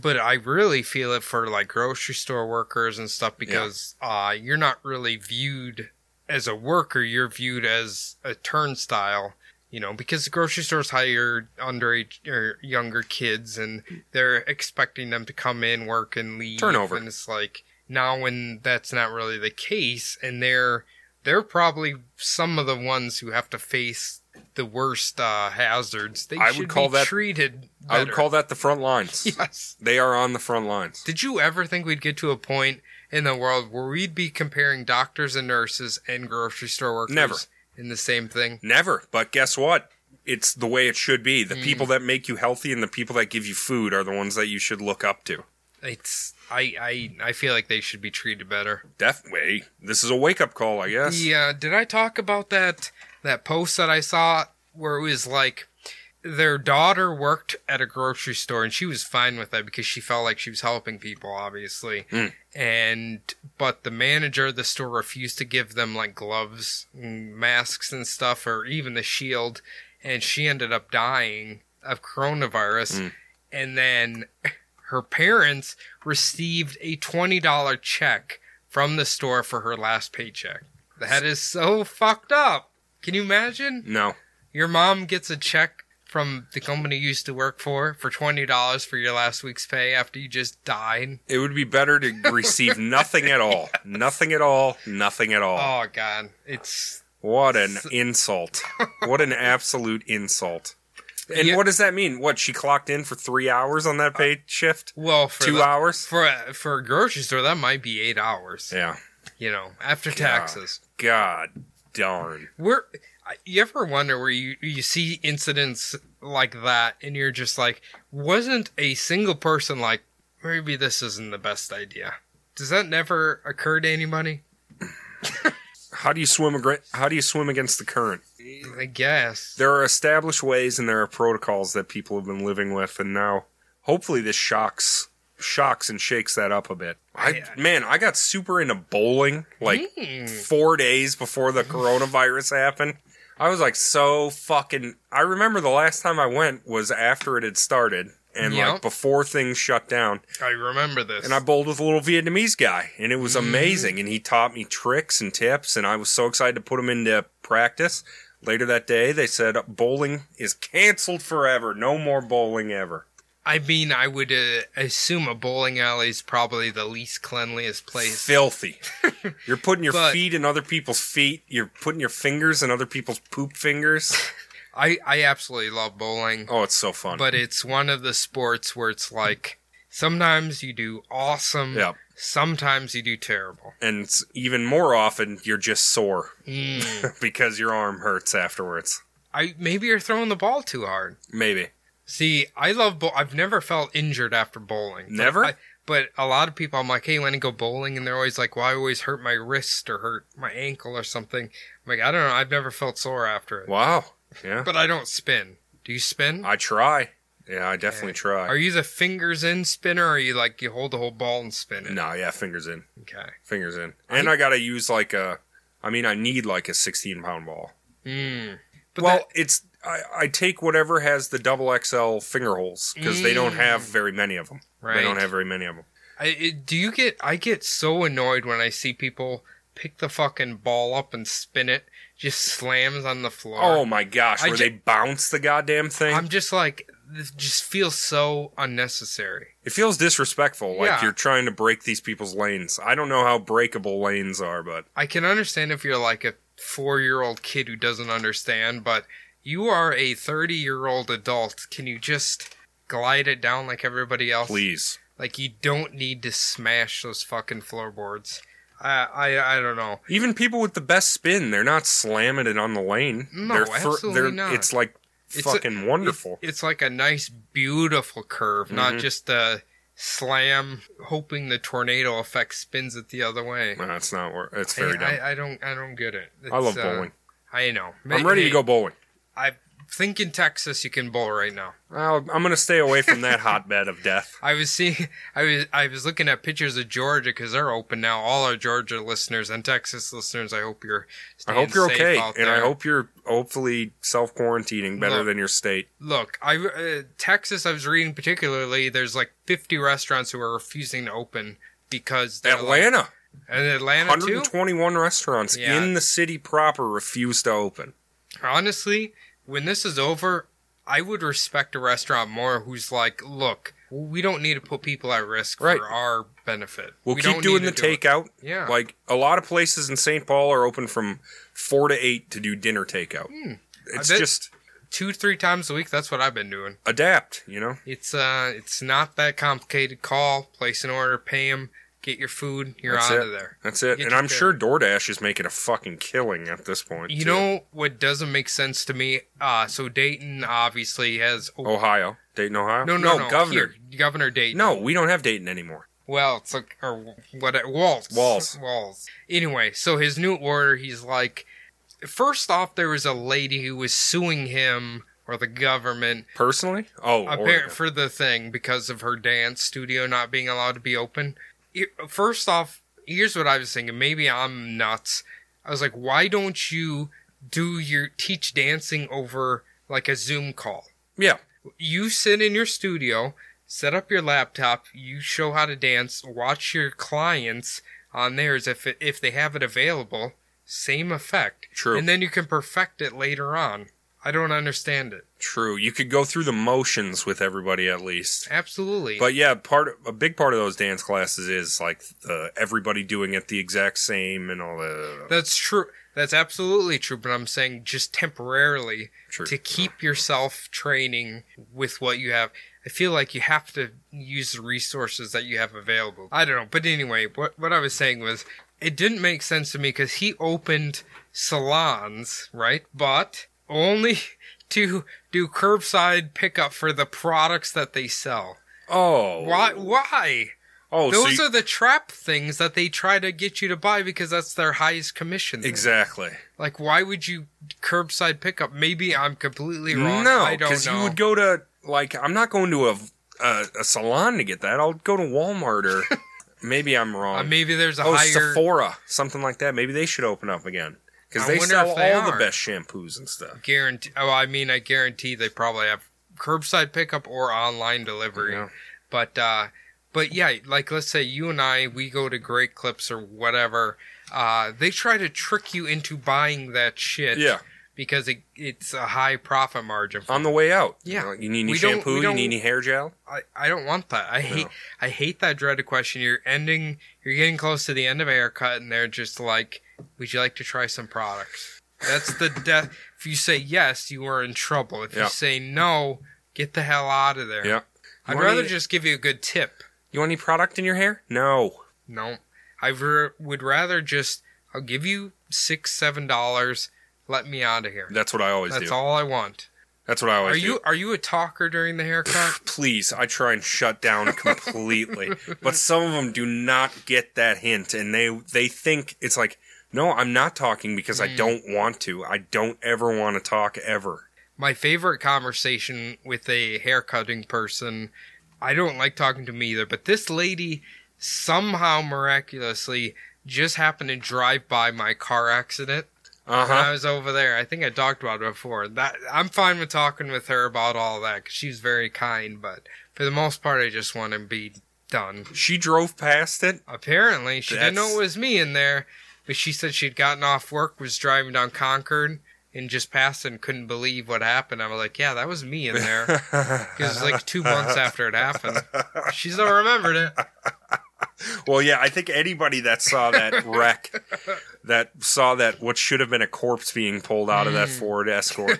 [SPEAKER 2] but i really feel it for like grocery store workers and stuff because uh you're not really viewed as a worker you're viewed as a turnstile you know, because the grocery stores hire underage or younger kids, and they're expecting them to come in, work, and leave.
[SPEAKER 1] Turnover.
[SPEAKER 2] and it's like now when that's not really the case, and they're they're probably some of the ones who have to face the worst uh, hazards. They
[SPEAKER 1] I would
[SPEAKER 2] should
[SPEAKER 1] call
[SPEAKER 2] be
[SPEAKER 1] that-
[SPEAKER 2] treated.
[SPEAKER 1] I would
[SPEAKER 2] better.
[SPEAKER 1] call that the front lines.
[SPEAKER 2] yes.
[SPEAKER 1] They are on the front lines.
[SPEAKER 2] Did you ever think we'd get to a point in the world where we'd be comparing doctors and nurses and grocery store workers
[SPEAKER 1] Never.
[SPEAKER 2] in the same thing?
[SPEAKER 1] Never. But guess what? It's the way it should be. The
[SPEAKER 2] Mm.
[SPEAKER 1] people that make you healthy and the people that give you food are the ones that you should look up to.
[SPEAKER 2] It's I I I feel like they should be treated better.
[SPEAKER 1] Definitely. This is a wake up call, I guess.
[SPEAKER 2] Yeah, uh, did I talk about that that post that I saw where it was like their daughter worked at a grocery store and she was fine with that because she felt like she was helping people obviously.
[SPEAKER 1] Mm.
[SPEAKER 2] And but the manager of the store refused to give them like gloves, and masks and stuff or even the shield and she ended up dying of coronavirus
[SPEAKER 1] Mm.
[SPEAKER 2] and then her parents received a $20 check from the store for her last paycheck. That is so fucked up. Can you imagine?
[SPEAKER 1] No.
[SPEAKER 2] Your mom gets a check from the company you used to work for for $20 for your last week's pay after you just died.
[SPEAKER 1] It would be better to receive nothing at all. Nothing at all. Nothing at all.
[SPEAKER 2] Oh, God. It's.
[SPEAKER 1] What an
[SPEAKER 2] S-
[SPEAKER 1] insult. What an absolute insult. And
[SPEAKER 2] Yeah.
[SPEAKER 1] what does that mean? What, she clocked in for three hours on that paid shift?
[SPEAKER 2] Well, for
[SPEAKER 1] Two
[SPEAKER 2] the-
[SPEAKER 1] hours?
[SPEAKER 2] For a, for a grocery store, that might be eight hours.
[SPEAKER 1] Yeah.
[SPEAKER 2] You know, after taxes.
[SPEAKER 1] God darn.
[SPEAKER 2] Where I- you ever wonder where you you see incidents like that and you're just like, wasn't a single person like, maybe this isn't the best idea? Does that never occur to anybody?
[SPEAKER 1] How do you swim agra- how do you swim against the current?
[SPEAKER 2] I guess.
[SPEAKER 1] There are established ways and there are protocols that people have been living with and now hopefully this shocks shocks and shakes that up a bit. I
[SPEAKER 2] Yeah.
[SPEAKER 1] man, I got super into bowling like
[SPEAKER 2] Hmm.
[SPEAKER 1] Mm. four days before the coronavirus happened. I was like so fucking. I remember the last time I went was after it had started and like
[SPEAKER 2] Yep.
[SPEAKER 1] before things shut down.
[SPEAKER 2] I remember this.
[SPEAKER 1] And I bowled with a little Vietnamese guy, and it was
[SPEAKER 2] Mm.
[SPEAKER 1] amazing. And he taught me tricks and tips, and I was so excited to put them into practice. Later that day, they said bowling is canceled forever. No more bowling ever.
[SPEAKER 2] I mean, I would uh, assume a bowling alley is probably the least cleanliest place.
[SPEAKER 1] Filthy. You're putting your
[SPEAKER 2] But-
[SPEAKER 1] feet in other people's feet. You're putting your fingers in other people's poop fingers.
[SPEAKER 2] I I absolutely love bowling,
[SPEAKER 1] Oh, it's so fun.
[SPEAKER 2] but it's one of the sports where it's like sometimes you do awesome,
[SPEAKER 1] yeah.
[SPEAKER 2] sometimes you do terrible.
[SPEAKER 1] And it's even more often, you're just sore
[SPEAKER 2] Mm.
[SPEAKER 1] because your arm hurts afterwards.
[SPEAKER 2] I maybe you're throwing the ball too hard.
[SPEAKER 1] Maybe.
[SPEAKER 2] See, I love bowl. I've never felt injured after bowling. But
[SPEAKER 1] Never?
[SPEAKER 2] I- but a lot of people, I'm like, hey, want to go bowling? And they're always like, well, I always hurt my wrist or hurt my ankle or something. I'm like, I don't know. I've never felt sore after it.
[SPEAKER 1] Wow. Yeah.
[SPEAKER 2] But I don't spin. Do you spin?
[SPEAKER 1] I try. Yeah, I definitely try.
[SPEAKER 2] Are you the fingers in spinner or are you like, you hold the whole ball and spin it?
[SPEAKER 1] no, yeah, fingers in.
[SPEAKER 2] Okay.
[SPEAKER 1] Fingers in. And I, gotta use like a, I mean, I need like a 16 pound ball.
[SPEAKER 2] Mm. But
[SPEAKER 1] well,
[SPEAKER 2] that-
[SPEAKER 1] it's, I, I take whatever has the double XL finger holes because they don't
[SPEAKER 2] Mm.
[SPEAKER 1] have very many of them. They
[SPEAKER 2] right.
[SPEAKER 1] don't have very many of them.
[SPEAKER 2] I, it, do you get? I get so annoyed when I see people pick the fucking ball up and spin it, just slams on the floor.
[SPEAKER 1] Oh my gosh,
[SPEAKER 2] I
[SPEAKER 1] where
[SPEAKER 2] ju-
[SPEAKER 1] they bounce the goddamn thing.
[SPEAKER 2] I'm just like, this just feels so unnecessary.
[SPEAKER 1] It feels disrespectful, like
[SPEAKER 2] Yeah.
[SPEAKER 1] you're trying to break these people's lanes. I don't know how breakable lanes are, but
[SPEAKER 2] I can understand if you're like a four year old kid who doesn't understand, but you are a 30 year old adult. Can you just glide it down like everybody else?
[SPEAKER 1] please.
[SPEAKER 2] Like, you don't need to smash those fucking floorboards. I, I, I don't know.
[SPEAKER 1] Even people with the best spin, they're not slamming it on the lane.
[SPEAKER 2] No,
[SPEAKER 1] they're
[SPEAKER 2] absolutely
[SPEAKER 1] they're-
[SPEAKER 2] not.
[SPEAKER 1] It's like
[SPEAKER 2] It's a-
[SPEAKER 1] fucking wonderful.
[SPEAKER 2] It's like a nice, beautiful curve, not
[SPEAKER 1] Mhm.
[SPEAKER 2] just a slam, hoping the tornado effect spins it the other way.
[SPEAKER 1] No, it's not. wor- It's
[SPEAKER 2] I,
[SPEAKER 1] very dumb. I,
[SPEAKER 2] I, I don't, I don't get it. It's,
[SPEAKER 1] love
[SPEAKER 2] uh,
[SPEAKER 1] bowling.
[SPEAKER 2] I know.
[SPEAKER 1] I'm ready
[SPEAKER 2] Hey,
[SPEAKER 1] to go bowling.
[SPEAKER 2] Think in Texas, you can bowl right now.
[SPEAKER 1] I'll, I'm going to stay away from that hotbed of death.
[SPEAKER 2] I was seeing, I was, I was looking at pictures of Georgia because they're open now. All our Georgia listeners and Texas listeners, I hope you're.
[SPEAKER 1] I
[SPEAKER 2] Staying
[SPEAKER 1] hope you're
[SPEAKER 2] safe
[SPEAKER 1] okay,
[SPEAKER 2] out
[SPEAKER 1] and I
[SPEAKER 2] there.
[SPEAKER 1] hope you're hopefully self quarantining better
[SPEAKER 2] Look.
[SPEAKER 1] than your state.
[SPEAKER 2] Look, I uh, Texas. I was reading particularly. There's like 50 restaurants who are refusing to open because they're like,
[SPEAKER 1] Atlanta,
[SPEAKER 2] and Atlanta too.
[SPEAKER 1] 121 restaurants
[SPEAKER 2] Yeah.
[SPEAKER 1] in the city proper refuse to open.
[SPEAKER 2] Honestly, when this is over, I would respect a restaurant more who's like, look, we don't need to put people at risk
[SPEAKER 1] Right.
[SPEAKER 2] for our benefit.
[SPEAKER 1] We'll
[SPEAKER 2] We
[SPEAKER 1] keep
[SPEAKER 2] don't
[SPEAKER 1] doing
[SPEAKER 2] need
[SPEAKER 1] the
[SPEAKER 2] to do it."
[SPEAKER 1] takeout.
[SPEAKER 2] Yeah.
[SPEAKER 1] Like a lot of places in St. Paul are open from four to eight to do dinner takeout. It's
[SPEAKER 2] Hmm. I bet-
[SPEAKER 1] just
[SPEAKER 2] two three times a week that's what i've been doing
[SPEAKER 1] adapt, you know.
[SPEAKER 2] it's uh it's not that complicated call place an order pay them get your food you're
[SPEAKER 1] That's
[SPEAKER 2] out
[SPEAKER 1] it.
[SPEAKER 2] of there
[SPEAKER 1] That's it.
[SPEAKER 2] You
[SPEAKER 1] and
[SPEAKER 2] just
[SPEAKER 1] I'm sure DoorDash is making a fucking killing at this point.
[SPEAKER 2] you
[SPEAKER 1] too.
[SPEAKER 2] know what doesn't make sense to me uh so dayton obviously has oh,
[SPEAKER 1] Ohio, Dayton, Ohio.
[SPEAKER 2] no no no,
[SPEAKER 1] governor.
[SPEAKER 2] here, governor dayton
[SPEAKER 1] No, we don't have Dayton anymore.
[SPEAKER 2] well it's like or what walls
[SPEAKER 1] Walls.
[SPEAKER 2] walls anyway so his new order he's like first off there was a lady who was suing him or the government
[SPEAKER 1] Personally, oh, Oregon.
[SPEAKER 2] apparent for the thing because of her dance studio not being allowed to be open. E- First off, here's what I was thinking. Maybe I'm nuts. I was like, why don't you do your teach dancing over like a Zoom call?
[SPEAKER 1] yeah,
[SPEAKER 2] You sit in your studio, set up your laptop, you show how to dance, watch your clients on theirs if it, if they have it available. Same effect,
[SPEAKER 1] true,
[SPEAKER 2] and then you can perfect it later on. I don't understand it.
[SPEAKER 1] true. You could go through the motions with everybody at least.
[SPEAKER 2] Absolutely.
[SPEAKER 1] But yeah, part a big part of those dance classes is like the, everybody doing it the exact same and all the
[SPEAKER 2] That's true. That's absolutely true. But I'm saying just temporarily
[SPEAKER 1] true.
[SPEAKER 2] to keep yourself training with what you have. I feel like you have to use the resources that you have available. I don't know. But anyway, what, what I was saying was it didn't make sense to me because he opened salons, right? But only to do curbside pickup for the products that they sell.
[SPEAKER 1] Oh,
[SPEAKER 2] Why? Why?
[SPEAKER 1] Oh, so
[SPEAKER 2] Those
[SPEAKER 1] you-
[SPEAKER 2] are the trap things that they try to get you to buy because that's their highest commission. thing.
[SPEAKER 1] exactly.
[SPEAKER 2] Like, why would you curbside pickup? Maybe I'm completely wrong.
[SPEAKER 1] No,
[SPEAKER 2] I don't know.
[SPEAKER 1] you would go to like I'm not going to a, a a salon to get that. I'll go to Walmart or maybe I'm wrong.
[SPEAKER 2] Uh, maybe there's a
[SPEAKER 1] oh,
[SPEAKER 2] higher.
[SPEAKER 1] Sephora, something like that. Maybe they should open up again because
[SPEAKER 2] I
[SPEAKER 1] they
[SPEAKER 2] wonder
[SPEAKER 1] sell
[SPEAKER 2] if they
[SPEAKER 1] all the
[SPEAKER 2] are.
[SPEAKER 1] best shampoos and stuff.
[SPEAKER 2] guarantee. Oh, I mean, I guarantee they probably have curbside pickup or online delivery.
[SPEAKER 1] Yeah.
[SPEAKER 2] But, uh, but yeah, like let's say you and I, we go to Great Clips or whatever. Uh, they try to trick you into buying that shit.
[SPEAKER 1] Yeah,
[SPEAKER 2] Because it, it's a high profit margin. For
[SPEAKER 1] on the way out.
[SPEAKER 2] Yeah.
[SPEAKER 1] you, know, you need any
[SPEAKER 2] We don't-
[SPEAKER 1] shampoo?
[SPEAKER 2] we
[SPEAKER 1] You
[SPEAKER 2] don't-
[SPEAKER 1] need any hair gel?
[SPEAKER 2] I, I don't want that. I hate I hate that dreaded question. You're ending you're getting close to the end of a haircut and they're just like, Would you like to try some products? That's the death. if you say yes, you are in trouble. If
[SPEAKER 1] Yeah.
[SPEAKER 2] you say no, get the hell out of there.
[SPEAKER 1] Yeah.
[SPEAKER 2] I'd
[SPEAKER 1] You
[SPEAKER 2] rather
[SPEAKER 1] wanna-
[SPEAKER 2] just give you a good tip.
[SPEAKER 1] You want any product in your hair? No.
[SPEAKER 2] No, I ver- would rather just I'll give you six, seven dollars. Let me out of here.
[SPEAKER 1] That's what I always
[SPEAKER 2] That's
[SPEAKER 1] do.
[SPEAKER 2] all I want.
[SPEAKER 1] That's what I always
[SPEAKER 2] Are
[SPEAKER 1] do.
[SPEAKER 2] you are you a talker during the haircut?
[SPEAKER 1] Please, I try and shut down completely, but some of them do not get that hint, and they they think it's like, no, I'm not talking because
[SPEAKER 2] Hmm.
[SPEAKER 1] I don't want to. I don't ever want to talk ever.
[SPEAKER 2] My favorite conversation with a haircutting person. I don't like talking to them either, but this lady somehow miraculously just happened to drive by my car accident
[SPEAKER 1] Uh
[SPEAKER 2] when
[SPEAKER 1] huh.
[SPEAKER 2] I was over there. I think I talked about it before. That I'm fine with talking with her about all that because she's very kind. But for the most part, I just want to be done.
[SPEAKER 1] She drove past it.
[SPEAKER 2] Apparently, she didn't know
[SPEAKER 1] That's-
[SPEAKER 2] it was me in there, but she said she'd gotten off work, was driving down Concord, and just passed and couldn't believe what happened. I was like, yeah, that was me in there. Because it was like two months after it happened. She still remembered it.
[SPEAKER 1] Well, yeah, I think anybody that saw that wreck, that saw that what should have been a corpse being pulled out of that
[SPEAKER 2] Hmm.
[SPEAKER 1] Ford Escort,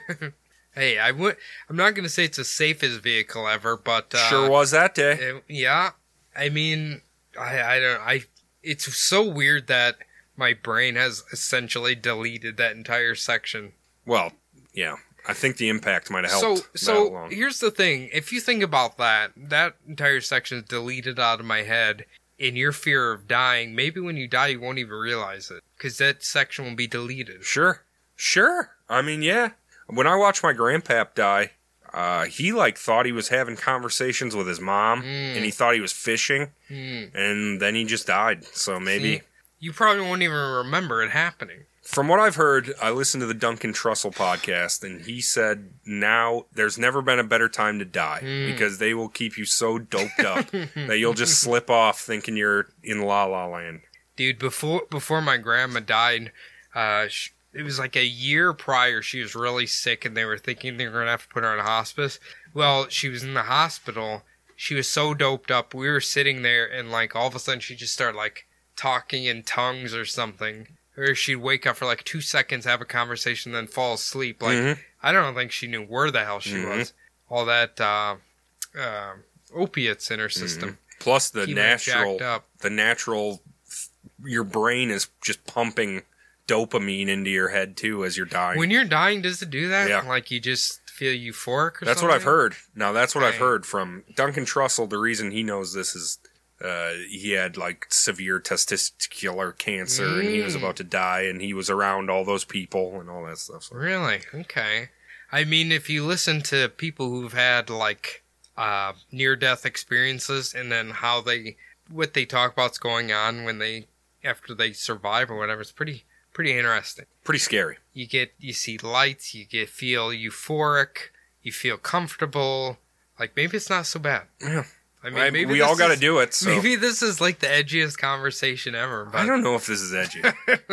[SPEAKER 2] Hey, I would. I'm not going to say it's the safest vehicle ever, but uh,
[SPEAKER 1] sure was that day.
[SPEAKER 2] it- yeah. I mean, I, I don't. I. It's so weird that my brain has essentially deleted that entire section.
[SPEAKER 1] Well, yeah, I think the impact might have
[SPEAKER 2] So
[SPEAKER 1] helped. that
[SPEAKER 2] so
[SPEAKER 1] along.
[SPEAKER 2] here's the thing. If you think about that, that entire section is deleted out of my head in your fear of dying. Maybe when you die you won't even realize it cuz that section will be deleted.
[SPEAKER 1] Sure. Sure. I mean, yeah. When I watched my grandpap die, uh, he like thought he was having conversations with his mom
[SPEAKER 2] Mm.
[SPEAKER 1] and he thought he was fishing
[SPEAKER 2] Hmm.
[SPEAKER 1] and then he just died. So maybe
[SPEAKER 2] See? You probably won't even remember it happening.
[SPEAKER 1] from what I've heard, I listened to the Duncan Trussell podcast and he said now there's never been a better time to die
[SPEAKER 2] Mm.
[SPEAKER 1] because they will keep you so doped up
[SPEAKER 2] Hmm,
[SPEAKER 1] that you'll just slip off thinking you're in la la land.
[SPEAKER 2] Dude, before before my grandma died, uh sh it was like a year prior she was really sick and they were thinking they were going to have to put her in hospice. Well, she was in the hospital. She was so doped up. We were sitting there and like all of a sudden she just started like talking in tongues or something. Or she'd wake up for like 2 seconds, have a conversation then fall asleep like
[SPEAKER 1] Mhm.
[SPEAKER 2] I don't think she knew where the hell she
[SPEAKER 1] Mhm.
[SPEAKER 2] was. All that uh, uh, opiates in her system.
[SPEAKER 1] Plus Mm-hmm. the
[SPEAKER 2] Keeping her
[SPEAKER 1] natural
[SPEAKER 2] jacked up.
[SPEAKER 1] the natural your brain is just pumping dopamine into your head too as you're dying.
[SPEAKER 2] When you're dying, does it do that?
[SPEAKER 1] Yeah.
[SPEAKER 2] Like you just feel euphoric or
[SPEAKER 1] that's
[SPEAKER 2] something?
[SPEAKER 1] what I've heard. Now that's what I've
[SPEAKER 2] Dang.
[SPEAKER 1] heard from Duncan Trussell. The reason he knows this is uh, he had like severe testicular cancer and he was
[SPEAKER 2] Mm.
[SPEAKER 1] about to die and he was around all those people and all that stuff. So
[SPEAKER 2] Really? Okay. I mean, if you listen to people who've had like uh, near death experiences and then how they, what they talk about's going on when they, after they survive or whatever, it's pretty, pretty interesting.
[SPEAKER 1] pretty scary.
[SPEAKER 2] You get, you see lights, you get, feel euphoric, you feel comfortable. Like maybe it's not so bad.
[SPEAKER 1] Yeah.
[SPEAKER 2] I mean,
[SPEAKER 1] I-
[SPEAKER 2] maybe
[SPEAKER 1] we
[SPEAKER 2] this
[SPEAKER 1] all got to
[SPEAKER 2] is-
[SPEAKER 1] do it. So
[SPEAKER 2] Maybe this is like the edgiest conversation ever. But
[SPEAKER 1] I don't know if this is edgy.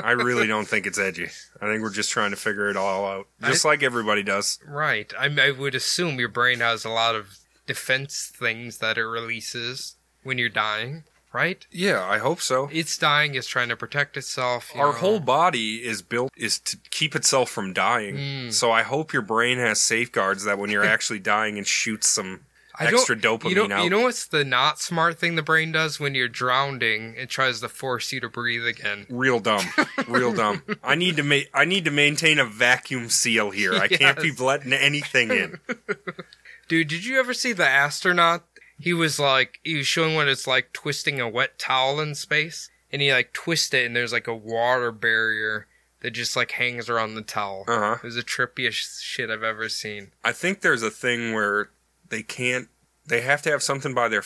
[SPEAKER 1] I really don't think it's edgy. I think we're just trying to figure it all out,
[SPEAKER 2] I-
[SPEAKER 1] just like everybody does.
[SPEAKER 2] Right. I, I would assume your brain has a lot of defense things that it releases when you're dying, right?
[SPEAKER 1] Yeah, I hope so.
[SPEAKER 2] It's dying, it's trying to protect itself. you
[SPEAKER 1] our
[SPEAKER 2] know.
[SPEAKER 1] whole body is built is to keep itself from dying.
[SPEAKER 2] Mm.
[SPEAKER 1] So I hope your brain has safeguards that when you're actually dying and shoots some
[SPEAKER 2] I don't-
[SPEAKER 1] extra dopamine
[SPEAKER 2] You know,
[SPEAKER 1] out.
[SPEAKER 2] you know what's the not smart thing the brain does when you're drowning? It tries to force you to breathe again.
[SPEAKER 1] real dumb, real dumb. I need to ma- I need to maintain a vacuum seal here. I can't be
[SPEAKER 2] Yes.
[SPEAKER 1] letting anything in.
[SPEAKER 2] Dude, did you ever see the astronaut? He was like, he was showing what it's like twisting a wet towel in space, and he like twists it, and there's like a water barrier that just like hangs around the towel.
[SPEAKER 1] Uh huh.
[SPEAKER 2] It was the trippiest shit I've ever seen.
[SPEAKER 1] I think there's a thing where they can't. They have to have something by their f-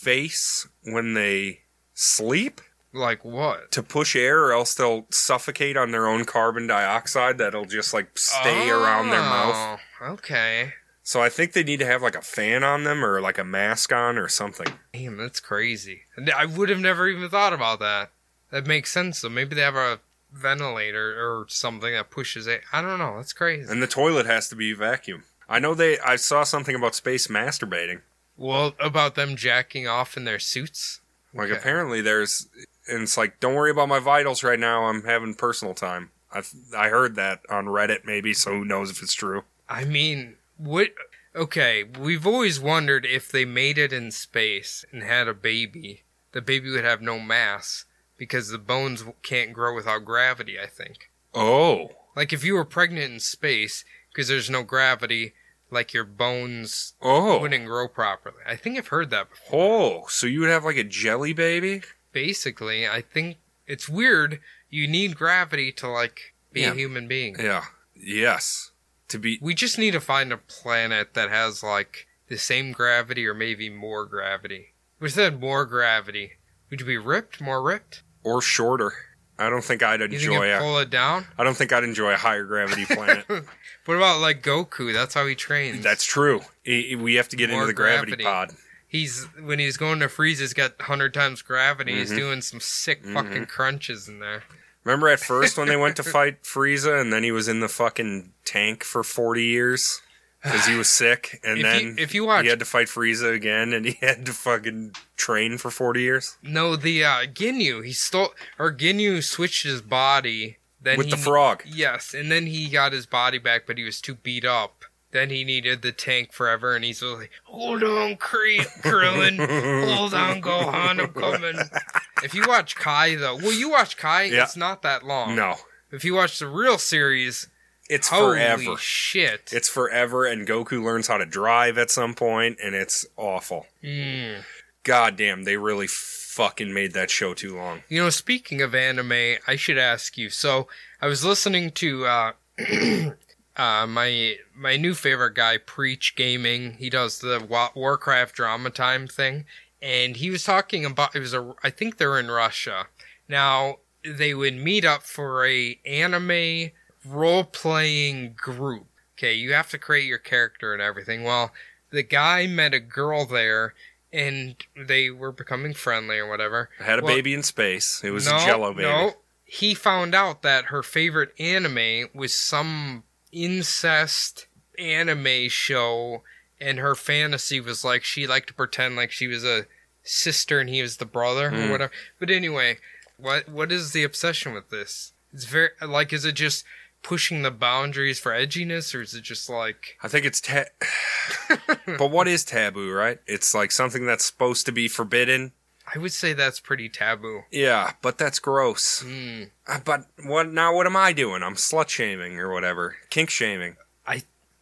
[SPEAKER 1] face when they sleep
[SPEAKER 2] Like what?
[SPEAKER 1] to push air, or else they'll suffocate on their own carbon dioxide that'll just like stay around their mouth.
[SPEAKER 2] Oh, Okay.
[SPEAKER 1] So I think they need to have like a fan on them or like a mask on or something.
[SPEAKER 2] Damn, that's crazy. And I would have never even thought about that. That makes sense though. Maybe they have a ventilator or something that pushes it. I don't know. That's crazy.
[SPEAKER 1] And the toilet has to be vacuum. I know they I saw something about space masturbating.
[SPEAKER 2] Well, about them jacking off in their suits.
[SPEAKER 1] Like
[SPEAKER 2] Okay.
[SPEAKER 1] apparently there's and it's like don't worry about my vitals right now. I'm having personal time. I I heard that on Reddit maybe, so who knows if it's true.
[SPEAKER 2] I mean, what? Okay, we've always wondered if they made it in space and had a baby, the baby would have no mass because the bones can't grow without gravity. I think.
[SPEAKER 1] Oh.
[SPEAKER 2] Like if you were pregnant in space, because there's no gravity, like your bones
[SPEAKER 1] Oh.
[SPEAKER 2] wouldn't grow properly. I think I've heard that before.
[SPEAKER 1] Oh, so you would have like a jelly baby?
[SPEAKER 2] Basically, I think it's weird. You need gravity to like be
[SPEAKER 1] Yeah.
[SPEAKER 2] a human being.
[SPEAKER 1] Yeah. Yes. To be
[SPEAKER 2] We just need to find a planet that has like the same gravity or maybe more gravity. We said more gravity. Would you be ripped? More ripped?
[SPEAKER 1] or shorter. I don't think I'd
[SPEAKER 2] You think
[SPEAKER 1] enjoy
[SPEAKER 2] you
[SPEAKER 1] a,
[SPEAKER 2] pull it down?
[SPEAKER 1] I don't think I'd enjoy a higher gravity planet.
[SPEAKER 2] What about like Goku? That's how he trains.
[SPEAKER 1] That's true. I- I- we have to get
[SPEAKER 2] More
[SPEAKER 1] into the gravity,
[SPEAKER 2] gravity.
[SPEAKER 1] pod.
[SPEAKER 2] he's when he's going to freeze. He's got hundred times gravity. He's
[SPEAKER 1] Mhm.
[SPEAKER 2] doing some sick fucking crunches in there.
[SPEAKER 1] Remember at first when they went to fight Frieza and then he was in the fucking tank for 40 years because he was sick and
[SPEAKER 2] if
[SPEAKER 1] then
[SPEAKER 2] you if you watch
[SPEAKER 1] he had to fight Frieza again and he had to fucking train for 40 years
[SPEAKER 2] no the uh, Ginyu he stole or Ginyu switched his body. Then
[SPEAKER 1] with
[SPEAKER 2] he
[SPEAKER 1] the frog.
[SPEAKER 2] Yes, and then he got his body back, but he was too beat up. Then he needed the tank forever, and he's like, "Hold on, Cre- Krillin, hold on, Gohan, I'm coming." If you watch Kai, though, well, you watch Kai,
[SPEAKER 1] Yeah.
[SPEAKER 2] it's not that long.
[SPEAKER 1] No,
[SPEAKER 2] If you watch the real series,
[SPEAKER 1] it's
[SPEAKER 2] holy
[SPEAKER 1] forever.
[SPEAKER 2] shit!
[SPEAKER 1] It's forever, and Goku learns how to drive at some point, and it's awful.
[SPEAKER 2] Mm.
[SPEAKER 1] God damn, they really fucking made that show too long.
[SPEAKER 2] You know, speaking of anime, I should ask you. So, I was listening to uh, uh, my my new favorite guy, Preach Gaming. He does the Wa- Warcraft drama time thing, and he was talking about it was a. I think they're in Russia now. They would meet up for a anime role playing group. Okay, you have to create your character and everything. Well, the guy met a girl there, and they were becoming friendly or whatever.
[SPEAKER 1] I had a
[SPEAKER 2] Well-
[SPEAKER 1] baby in space. It was a jello baby.
[SPEAKER 2] He found out that her favorite anime was some incest anime show, and her fantasy was like she liked to pretend like she was a sister and he was the brother
[SPEAKER 1] Mm.
[SPEAKER 2] or whatever. But anyway, what what is the obsession with this? It's very like is it just pushing the boundaries for edginess or is it just like
[SPEAKER 1] I think it's ta- But what is taboo, right? It's like something that's supposed to be forbidden.
[SPEAKER 2] I would say that's pretty taboo.
[SPEAKER 1] Yeah, but that's gross.
[SPEAKER 2] Hmm.
[SPEAKER 1] Uh, But what now what am I doing? I'm slut shaming or whatever. Kink shaming.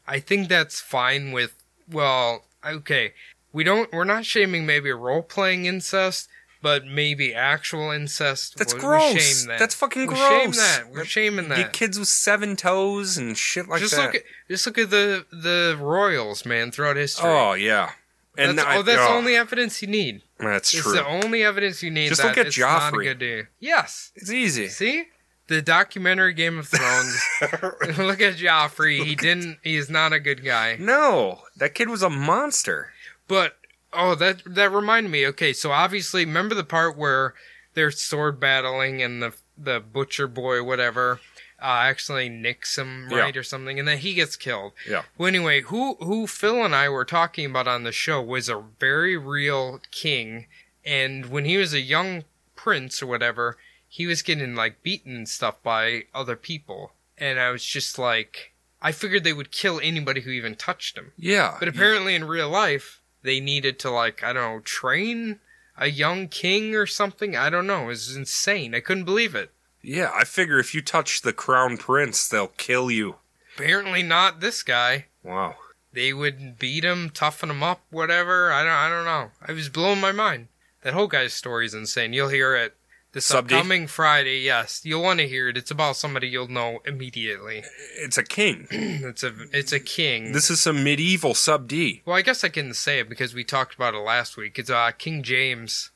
[SPEAKER 2] I think that's fine with well, okay. We don't we're not shaming maybe role playing incest, but maybe actual incest.
[SPEAKER 1] That's
[SPEAKER 2] we,
[SPEAKER 1] gross.
[SPEAKER 2] We shame that.
[SPEAKER 1] That's fucking
[SPEAKER 2] we
[SPEAKER 1] gross.
[SPEAKER 2] Shame that. We're shaming
[SPEAKER 1] You Get
[SPEAKER 2] that.
[SPEAKER 1] kids with seven toes and shit like
[SPEAKER 2] just
[SPEAKER 1] that.
[SPEAKER 2] look at just look at the the royals, man, throughout history.
[SPEAKER 1] oh yeah. And
[SPEAKER 2] that's,
[SPEAKER 1] I-
[SPEAKER 2] oh, that's
[SPEAKER 1] oh,
[SPEAKER 2] the only evidence you need.
[SPEAKER 1] That's
[SPEAKER 2] it's
[SPEAKER 1] true.
[SPEAKER 2] the only evidence you need.
[SPEAKER 1] Just
[SPEAKER 2] that
[SPEAKER 1] look at
[SPEAKER 2] it's not a
[SPEAKER 1] Joffrey.
[SPEAKER 2] good day. Yes.
[SPEAKER 1] it's easy.
[SPEAKER 2] See the documentary Game of Thrones. look at Joffrey. He didn't. He's not a good guy.
[SPEAKER 1] no, that kid was a monster.
[SPEAKER 2] But oh, that that reminded me. Okay, so obviously, remember the part where they're sword battling and the the butcher boy, whatever, uh, actually nicks him
[SPEAKER 1] Yeah.
[SPEAKER 2] right or something, and then he gets killed.
[SPEAKER 1] Yeah.
[SPEAKER 2] Well, anyway, who who Phil and I were talking about on the show was a very real king, and when he was a young prince or whatever, he was getting like beaten and stuff by other people, and I was just like, I figured they would kill anybody who even touched him.
[SPEAKER 1] Yeah.
[SPEAKER 2] But apparently, in real life, they needed to like I don't know train a young king or something. I don't know. It was insane. I couldn't believe it.
[SPEAKER 1] Yeah, I figure if you touch the crown prince, they'll kill you.
[SPEAKER 2] Apparently, not this guy.
[SPEAKER 1] Wow.
[SPEAKER 2] They would beat him, toughen him up, whatever. I don't. I don't know. I was blowing my mind. That whole guy's story is insane. You'll hear it this
[SPEAKER 1] Sub D?
[SPEAKER 2] upcoming Friday. Yes, you'll want to hear it. It's about somebody you'll know immediately.
[SPEAKER 1] It's a king.
[SPEAKER 2] it's a it's a king.
[SPEAKER 1] This is some medieval sub D.
[SPEAKER 2] well, I guess I can say it because we talked about it last week. It's uh, King James.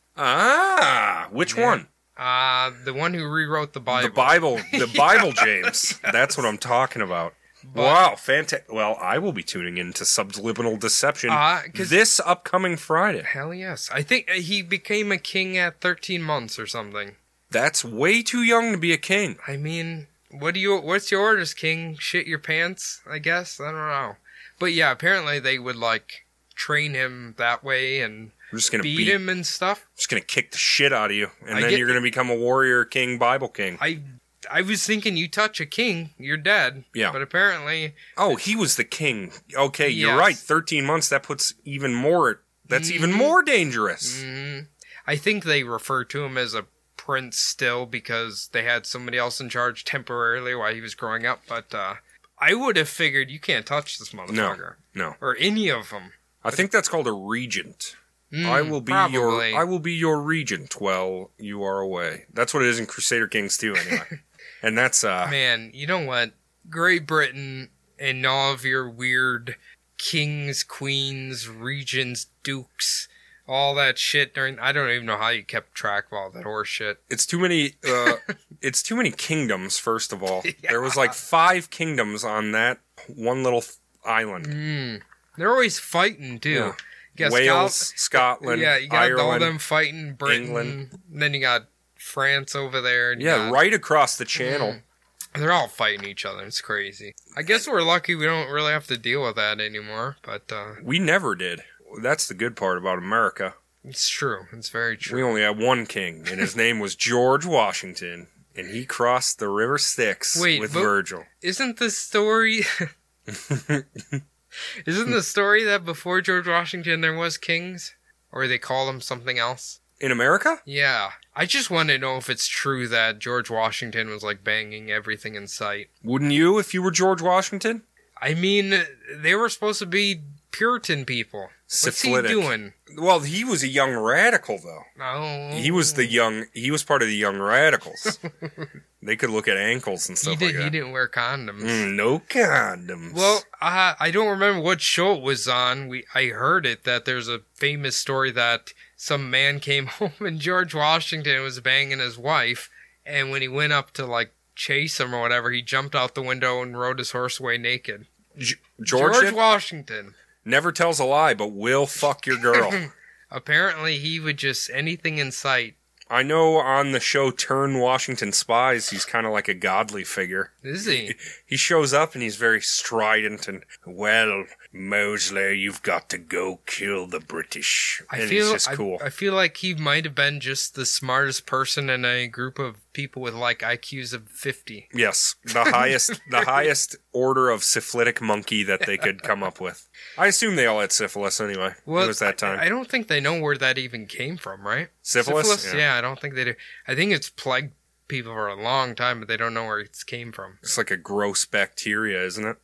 [SPEAKER 1] Ah, which
[SPEAKER 2] Yeah.
[SPEAKER 1] one?
[SPEAKER 2] Uh, the one who rewrote the Bible.
[SPEAKER 1] The Bible, the Bible, James. That's what I'm talking about. wow, fantastic. Well, I will be tuning in to Subliminal Deception
[SPEAKER 2] Uh, 'cause-
[SPEAKER 1] this upcoming Friday.
[SPEAKER 2] Hell yes. I think uh, he became a king at 13 months or something.
[SPEAKER 1] That's way too young to be a king.
[SPEAKER 2] I mean, what do you? What's your orders, king? Shit your pants, I guess. I don't know. But yeah, apparently they would like train him that way and
[SPEAKER 1] I'm just gonna
[SPEAKER 2] beat,
[SPEAKER 1] beat,
[SPEAKER 2] him and stuff.
[SPEAKER 1] Just gonna kick the shit out of you, and
[SPEAKER 2] I
[SPEAKER 1] then
[SPEAKER 2] get-
[SPEAKER 1] you're gonna become a warrior king, Bible king.
[SPEAKER 2] I I was thinking you touch a king, you're dead.
[SPEAKER 1] Yeah.
[SPEAKER 2] But apparently,
[SPEAKER 1] Oh, he was the king. Okay, you're
[SPEAKER 2] Yes.
[SPEAKER 1] right. 13 months, that puts even more, that's even
[SPEAKER 2] Mhm.
[SPEAKER 1] more dangerous.
[SPEAKER 2] mhm. I think they refer to him as a prince still because they had somebody else in charge temporarily while he was growing up. But uh, I would have figured you can't touch this motherfucker
[SPEAKER 1] No.
[SPEAKER 2] or any of Mm, them.
[SPEAKER 1] I think that's called a regent. I
[SPEAKER 2] Hmm,
[SPEAKER 1] will be your I will be your regent while you are away. That's what it is in Crusader Kings 2 anyway. and that's uh
[SPEAKER 2] Ah, Man, you know what? Great Britain and all of your weird kings, queens, regents, dukes, all that shit during. I don't even know how you kept track of all that horse shit.
[SPEAKER 1] it's too many uh it's too many kingdoms first of all. There was like 5 kingdoms on that one little f- island.
[SPEAKER 2] Mm. They're always fighting, too.
[SPEAKER 1] Yeah.
[SPEAKER 2] You got
[SPEAKER 1] Wales,
[SPEAKER 2] Scot-
[SPEAKER 1] Scotland,
[SPEAKER 2] yeah, you got all
[SPEAKER 1] Ireland.
[SPEAKER 2] them fighting Britain.
[SPEAKER 1] England.
[SPEAKER 2] Then you got France over there. and you
[SPEAKER 1] yeah,
[SPEAKER 2] got- Mm-hmm.
[SPEAKER 1] right across the channel.
[SPEAKER 2] They're all fighting each other. It's crazy. I guess we're lucky we don't really have to deal with that anymore, but uh,
[SPEAKER 1] We never did. That's the good part about America.
[SPEAKER 2] it's true. It's very true.
[SPEAKER 1] We only had one king, and his name was George Washington, and he crossed the River Styx
[SPEAKER 2] Wait,
[SPEAKER 1] with
[SPEAKER 2] but-
[SPEAKER 1] Virgil.
[SPEAKER 2] isn't the story isn't the story that before george washington there was kings or they call them something else
[SPEAKER 1] In America?
[SPEAKER 2] yeah i just want to know if it's true that george washington was like banging everything in sight
[SPEAKER 1] Wouldn't you if you were George Washington?
[SPEAKER 2] i mean they were supposed to be puritan people what's
[SPEAKER 1] Syphilitic.
[SPEAKER 2] he doing
[SPEAKER 1] Well, he was a young radical though.
[SPEAKER 2] oh
[SPEAKER 1] He was the young he was part of the young radicals. they could look at ankles and
[SPEAKER 2] he,
[SPEAKER 1] stuff
[SPEAKER 2] did,
[SPEAKER 1] like
[SPEAKER 2] he
[SPEAKER 1] that. Hmm.
[SPEAKER 2] didn't wear condoms
[SPEAKER 1] Mm, no condoms.
[SPEAKER 2] Well, uh, I don't remember what show it was on. We I heard it that there's a famous story that some man came home and George Washington was banging his wife, and when he went up to like chase him or whatever, he jumped out the window and rode his horse away naked.
[SPEAKER 1] G- George, did-
[SPEAKER 2] Washington.
[SPEAKER 1] never tells a lie, but will fuck your girl.
[SPEAKER 2] Apparently, he would just anything in sight.
[SPEAKER 1] I know on the show Turn Washington Spies, he's kind of like a godly figure.
[SPEAKER 2] Is he?
[SPEAKER 1] He shows up and he's very strident and well, Mosley, you've got to go kill the British.
[SPEAKER 2] I
[SPEAKER 1] and
[SPEAKER 2] feel
[SPEAKER 1] he's just
[SPEAKER 2] I-
[SPEAKER 1] cool.
[SPEAKER 2] I, feel like he might have been just the smartest person in a group of people with like IQs of fifty.
[SPEAKER 1] yes, the highest the highest order of syphilitic monkey that they could come up with. I assume they all had syphilis anyway. it was that time.
[SPEAKER 2] I, I don't think they know where that even came from, right?
[SPEAKER 1] syphilis?
[SPEAKER 2] Yeah. I don't think they do. I think it's plagued people for a long time, but they don't know where it's came from.
[SPEAKER 1] It's like a gross bacteria, isn't it?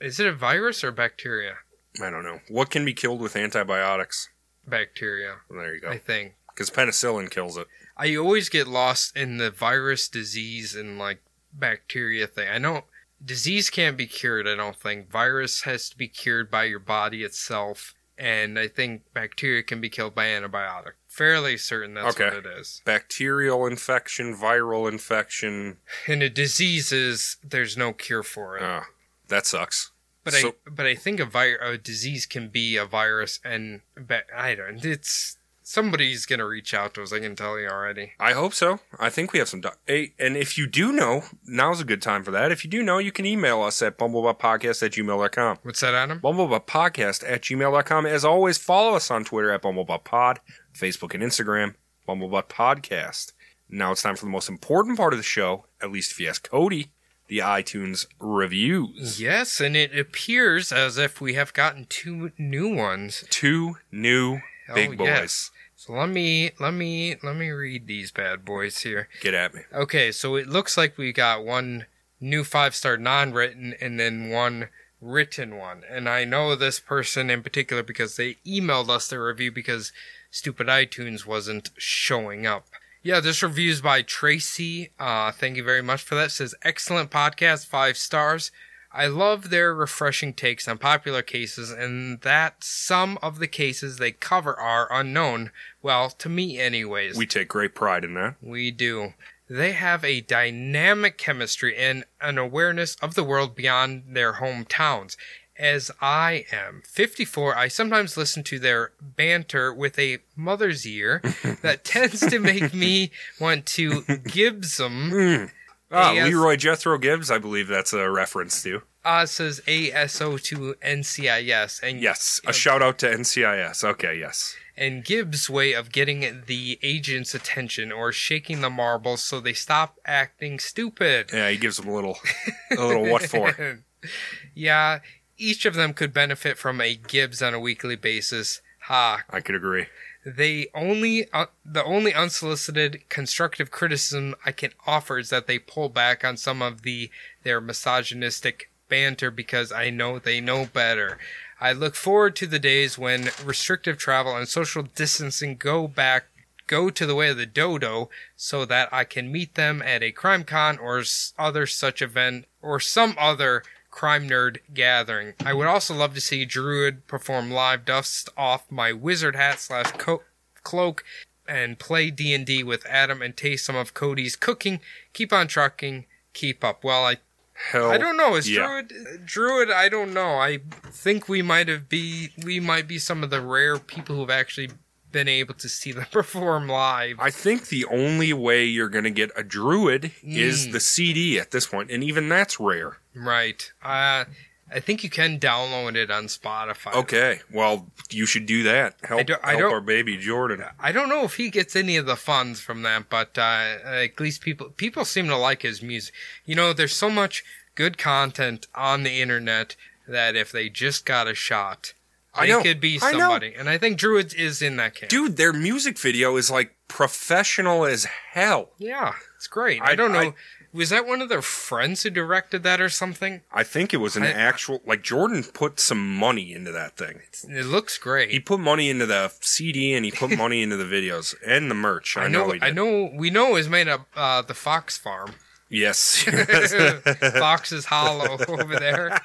[SPEAKER 2] Is it a virus or bacteria?
[SPEAKER 1] I don't know. What can be killed with antibiotics?
[SPEAKER 2] Bacteria,
[SPEAKER 1] Well, there you
[SPEAKER 2] I
[SPEAKER 1] go.
[SPEAKER 2] think.
[SPEAKER 1] Because penicillin kills it.
[SPEAKER 2] I always get lost in the virus, disease, and like bacteria thing. I know disease can't be cured. I don't think virus has to be cured by your body itself, and I think bacteria can be killed by antibiotic. Fairly certain that's
[SPEAKER 1] Okay.
[SPEAKER 2] what it is.
[SPEAKER 1] Bacterial infection, viral infection.
[SPEAKER 2] and a disease is there's no cure for it.
[SPEAKER 1] Ah, that sucks.
[SPEAKER 2] but
[SPEAKER 1] so-
[SPEAKER 2] I but I think a vir- a disease can be a virus, and but I don't. It's somebody's gonna reach out to us. I can tell you already.
[SPEAKER 1] I hope so. I think we have some. Do- hey, and if you do know, now's a good time for that. If you do know, you can email us at bumblebuttpodcast at gmail.com.
[SPEAKER 2] What's that, Adam?
[SPEAKER 1] Bumblebuttpodcast at gmail.com. As always, follow us on Twitter at bumblebuttpod, Facebook and Instagram, bumblebutt podcast. Now it's time for the most important part of the show, at least if you ask Cody, the iTunes reviews.
[SPEAKER 2] Yes, and it appears as if we have gotten two new ones.
[SPEAKER 1] Two new
[SPEAKER 2] Oh,
[SPEAKER 1] big boys.
[SPEAKER 2] yes. So let me let me let me read these bad boys here.
[SPEAKER 1] Get at me.
[SPEAKER 2] Okay, so it looks like we got one new five star non written and then one written one. And I know this person in particular because they emailed us their review because stupid iTunes wasn't showing up. Yeah, this review is by Tracy. Uh, thank you very much for that. It says excellent podcast, five stars. I love their refreshing takes on popular cases and that some of the cases they cover are unknown. Well, to me, anyways.
[SPEAKER 1] We take great pride in that.
[SPEAKER 2] We do. They have a dynamic chemistry and an awareness of the world beyond their hometowns. As I am 54, I sometimes listen to their banter with a mother's ear that tends to make me want to Gibsum.
[SPEAKER 1] Mm. Ah,
[SPEAKER 2] Yes.
[SPEAKER 1] Leroy Jethro Gibbs, I believe that's a reference to.
[SPEAKER 2] Uh, says ASO to NCIS. And
[SPEAKER 1] Yes, a
[SPEAKER 2] Mm. Yeah.
[SPEAKER 1] shout out to NCIS. Okay, yes.
[SPEAKER 2] and Gibbs' way of getting the agent's attention or shaking the marbles so they stop acting stupid.
[SPEAKER 1] Yeah, he gives him a little, a little what for?
[SPEAKER 2] yeah, each of them could benefit from a Gibbs on a weekly basis. Ha.
[SPEAKER 1] I could agree.
[SPEAKER 2] They only uh, the only unsolicited constructive criticism I can offer is that they pull back on some of the their misogynistic banter because I know they know better. I look forward to the days when restrictive travel and social distancing go back go to the way of the dodo so that I can meet them at a crime con or s- other such event or some other crime nerd gathering. I would also love to see Druid perform live, dust off my wizard hat slash co- cloak, and play D and D with Adam and taste some of Cody's cooking. Keep on trucking. Keep up. Well, I
[SPEAKER 1] Hell,
[SPEAKER 2] I don't know. Is
[SPEAKER 1] Oh, yeah.
[SPEAKER 2] Druid Druid? I don't know. I think we might have be we might be some of the rare people who've actually been able to see them perform live.
[SPEAKER 1] I think the only way you're going to get a druid is
[SPEAKER 2] Mm.
[SPEAKER 1] the CD at this point, and even that's rare.
[SPEAKER 2] Right. Uh, I think you can download it on Spotify.
[SPEAKER 1] Okay, well, you should do that. Help,
[SPEAKER 2] don't- I
[SPEAKER 1] help
[SPEAKER 2] don't-
[SPEAKER 1] our baby Jordan.
[SPEAKER 2] I don't know if he gets any of the funds from that, but uh, at least people people seem to like his music. You know, there's so much good content on the internet that if they just got a shot,
[SPEAKER 1] I
[SPEAKER 2] they
[SPEAKER 1] know.
[SPEAKER 2] could be
[SPEAKER 1] I know.
[SPEAKER 2] somebody. And I think Druid is in that camp.
[SPEAKER 1] Dude, their music video is like professional as hell.
[SPEAKER 2] Yeah, it's great. I,
[SPEAKER 1] I-
[SPEAKER 2] don't know.
[SPEAKER 1] I-
[SPEAKER 2] was that one of their friends who directed that or something?
[SPEAKER 1] I think it was an
[SPEAKER 2] I-
[SPEAKER 1] actual like Jordan put some money into that thing.
[SPEAKER 2] It looks great.
[SPEAKER 1] He put money into the CD and he put money into the videos and the merch. I,
[SPEAKER 2] I
[SPEAKER 1] know,
[SPEAKER 2] know.
[SPEAKER 1] he did.
[SPEAKER 2] I know. We know it was made up uh, the Fox Farm.
[SPEAKER 1] Yes.
[SPEAKER 2] Fox is hollow over there.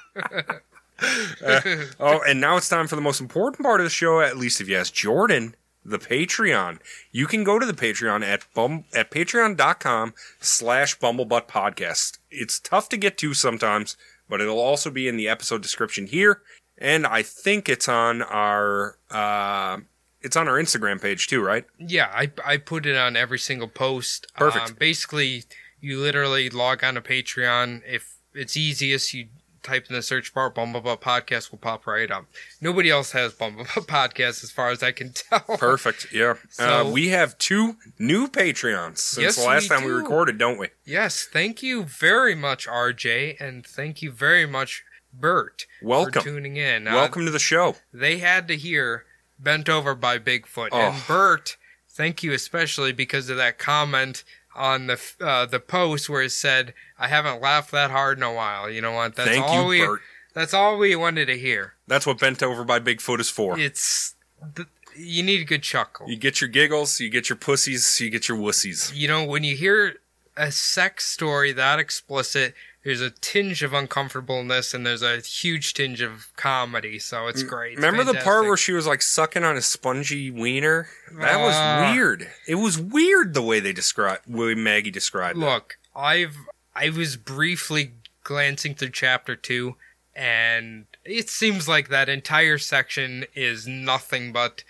[SPEAKER 1] oh, and now it's time for the most important part of the show, at least if you ask Jordan, the Patreon. You can go to the Patreon at bum at patreon.com slash bumblebutt podcast. It's tough to get to sometimes, but it'll also be in the episode description here. And I think it's on our uh, it's on our Instagram page too, right?
[SPEAKER 2] Yeah, I I put it on every single post. Um,
[SPEAKER 1] Perfect.
[SPEAKER 2] basically, you literally log on to Patreon. If it's easiest, you type in the search bar "Bumblebutt Podcast" will pop right up. Nobody else has Bumblebutt Podcast, as far as I can tell.
[SPEAKER 1] Perfect. Yeah.
[SPEAKER 2] So-
[SPEAKER 1] uh, we have two new Patreons since
[SPEAKER 2] Yes,
[SPEAKER 1] the last
[SPEAKER 2] we
[SPEAKER 1] time we
[SPEAKER 2] do.
[SPEAKER 1] recorded, don't we?
[SPEAKER 2] Yes, thank you very much, RJ, and thank you very much, Bert,
[SPEAKER 1] Welcome.
[SPEAKER 2] for tuning in. Uh,
[SPEAKER 1] Welcome to the show.
[SPEAKER 2] they had to hear "Bent Over by Bigfoot,"
[SPEAKER 1] Oh.
[SPEAKER 2] and Bert, thank you especially because of that comment on the f- uh, the post where it said, "I haven't laughed that hard in a while." You know what? That's
[SPEAKER 1] Thank
[SPEAKER 2] all
[SPEAKER 1] you,
[SPEAKER 2] we.
[SPEAKER 1] Bert.
[SPEAKER 2] That's all we wanted to hear.
[SPEAKER 1] That's what bent over by Bigfoot is for.
[SPEAKER 2] It's th- you need a good chuckle.
[SPEAKER 1] You get your giggles, you get your pussies, you get your wussies.
[SPEAKER 2] you know, when you hear a sex story that explicit, there's a tinge of uncomfortableness and there's a huge tinge of comedy. So it's great. It's
[SPEAKER 1] Remember the part
[SPEAKER 2] fantastic.
[SPEAKER 1] where she was like sucking on a spongy wiener? That was
[SPEAKER 2] Ah.
[SPEAKER 1] weird. It was weird the way they described, way Maggie described it.
[SPEAKER 2] Look, I've I was briefly glancing through chapter two, and it seems like that entire section is nothing but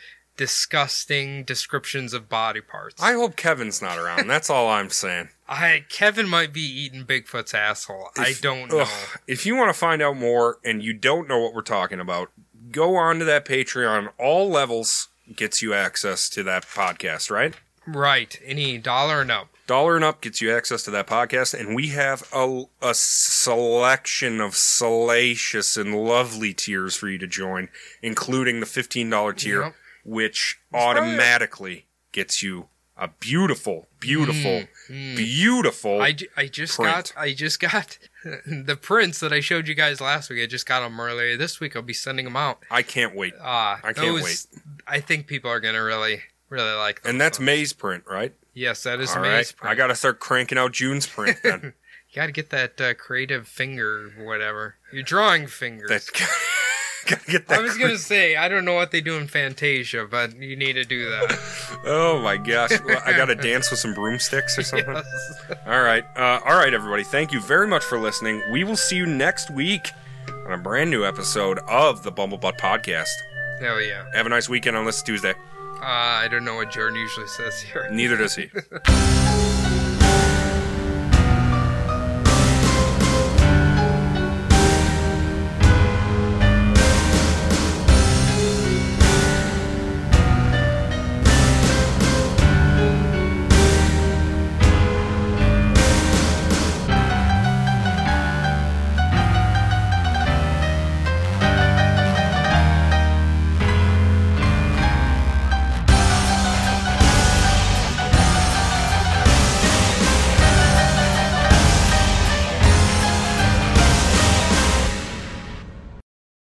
[SPEAKER 2] disgusting descriptions of body parts.
[SPEAKER 1] I hope Kevin's not around. That's all I'm saying.
[SPEAKER 2] I Kevin might be eating Bigfoot's asshole. I
[SPEAKER 1] If-
[SPEAKER 2] don't know.
[SPEAKER 1] ugh, if you want to find out more and you don't know what we're talking about, go on to that Patreon. All levels gets you access to that podcast, right?
[SPEAKER 2] Right? Any dollar and up.
[SPEAKER 1] Dollar and up gets you access to that podcast, and we have a, a selection of salacious and lovely tiers for you to join, including the $15 tier,
[SPEAKER 2] Yep.
[SPEAKER 1] which automatically gets you a beautiful, beautiful, beautiful.
[SPEAKER 2] Mm-hmm. Hmm. I, ju- I just
[SPEAKER 1] print.
[SPEAKER 2] got I just got the prints that I showed you guys last week. I just got them earlier this week. I'll be sending them out.
[SPEAKER 1] I can't wait.
[SPEAKER 2] Uh,
[SPEAKER 1] I can't
[SPEAKER 2] I think people are gonna really really like them.
[SPEAKER 1] And that's May's print, right?
[SPEAKER 2] yes, that is
[SPEAKER 1] All
[SPEAKER 2] amazing.
[SPEAKER 1] right. I got to start cranking out June's print then.
[SPEAKER 2] you got to get that uh, creative finger, whatever your drawing fingers.
[SPEAKER 1] that, gotta get that.
[SPEAKER 2] I was
[SPEAKER 1] cr-
[SPEAKER 2] gonna say I don't know what they do in Fantasia, but you need to do that.
[SPEAKER 1] oh my gosh. Well, I got to dance with some broomsticks or something.
[SPEAKER 2] Yes.
[SPEAKER 1] All right. Uh, all right, everybody. Thank you very much for listening. We will see you next week on a brand new episode of the Bumblebutt Podcast.
[SPEAKER 2] Hell yeah. Ah,
[SPEAKER 1] Have a nice weekend on this Tuesday.
[SPEAKER 2] Uh, I don't know what Jordan usually says here.
[SPEAKER 1] Neither does he.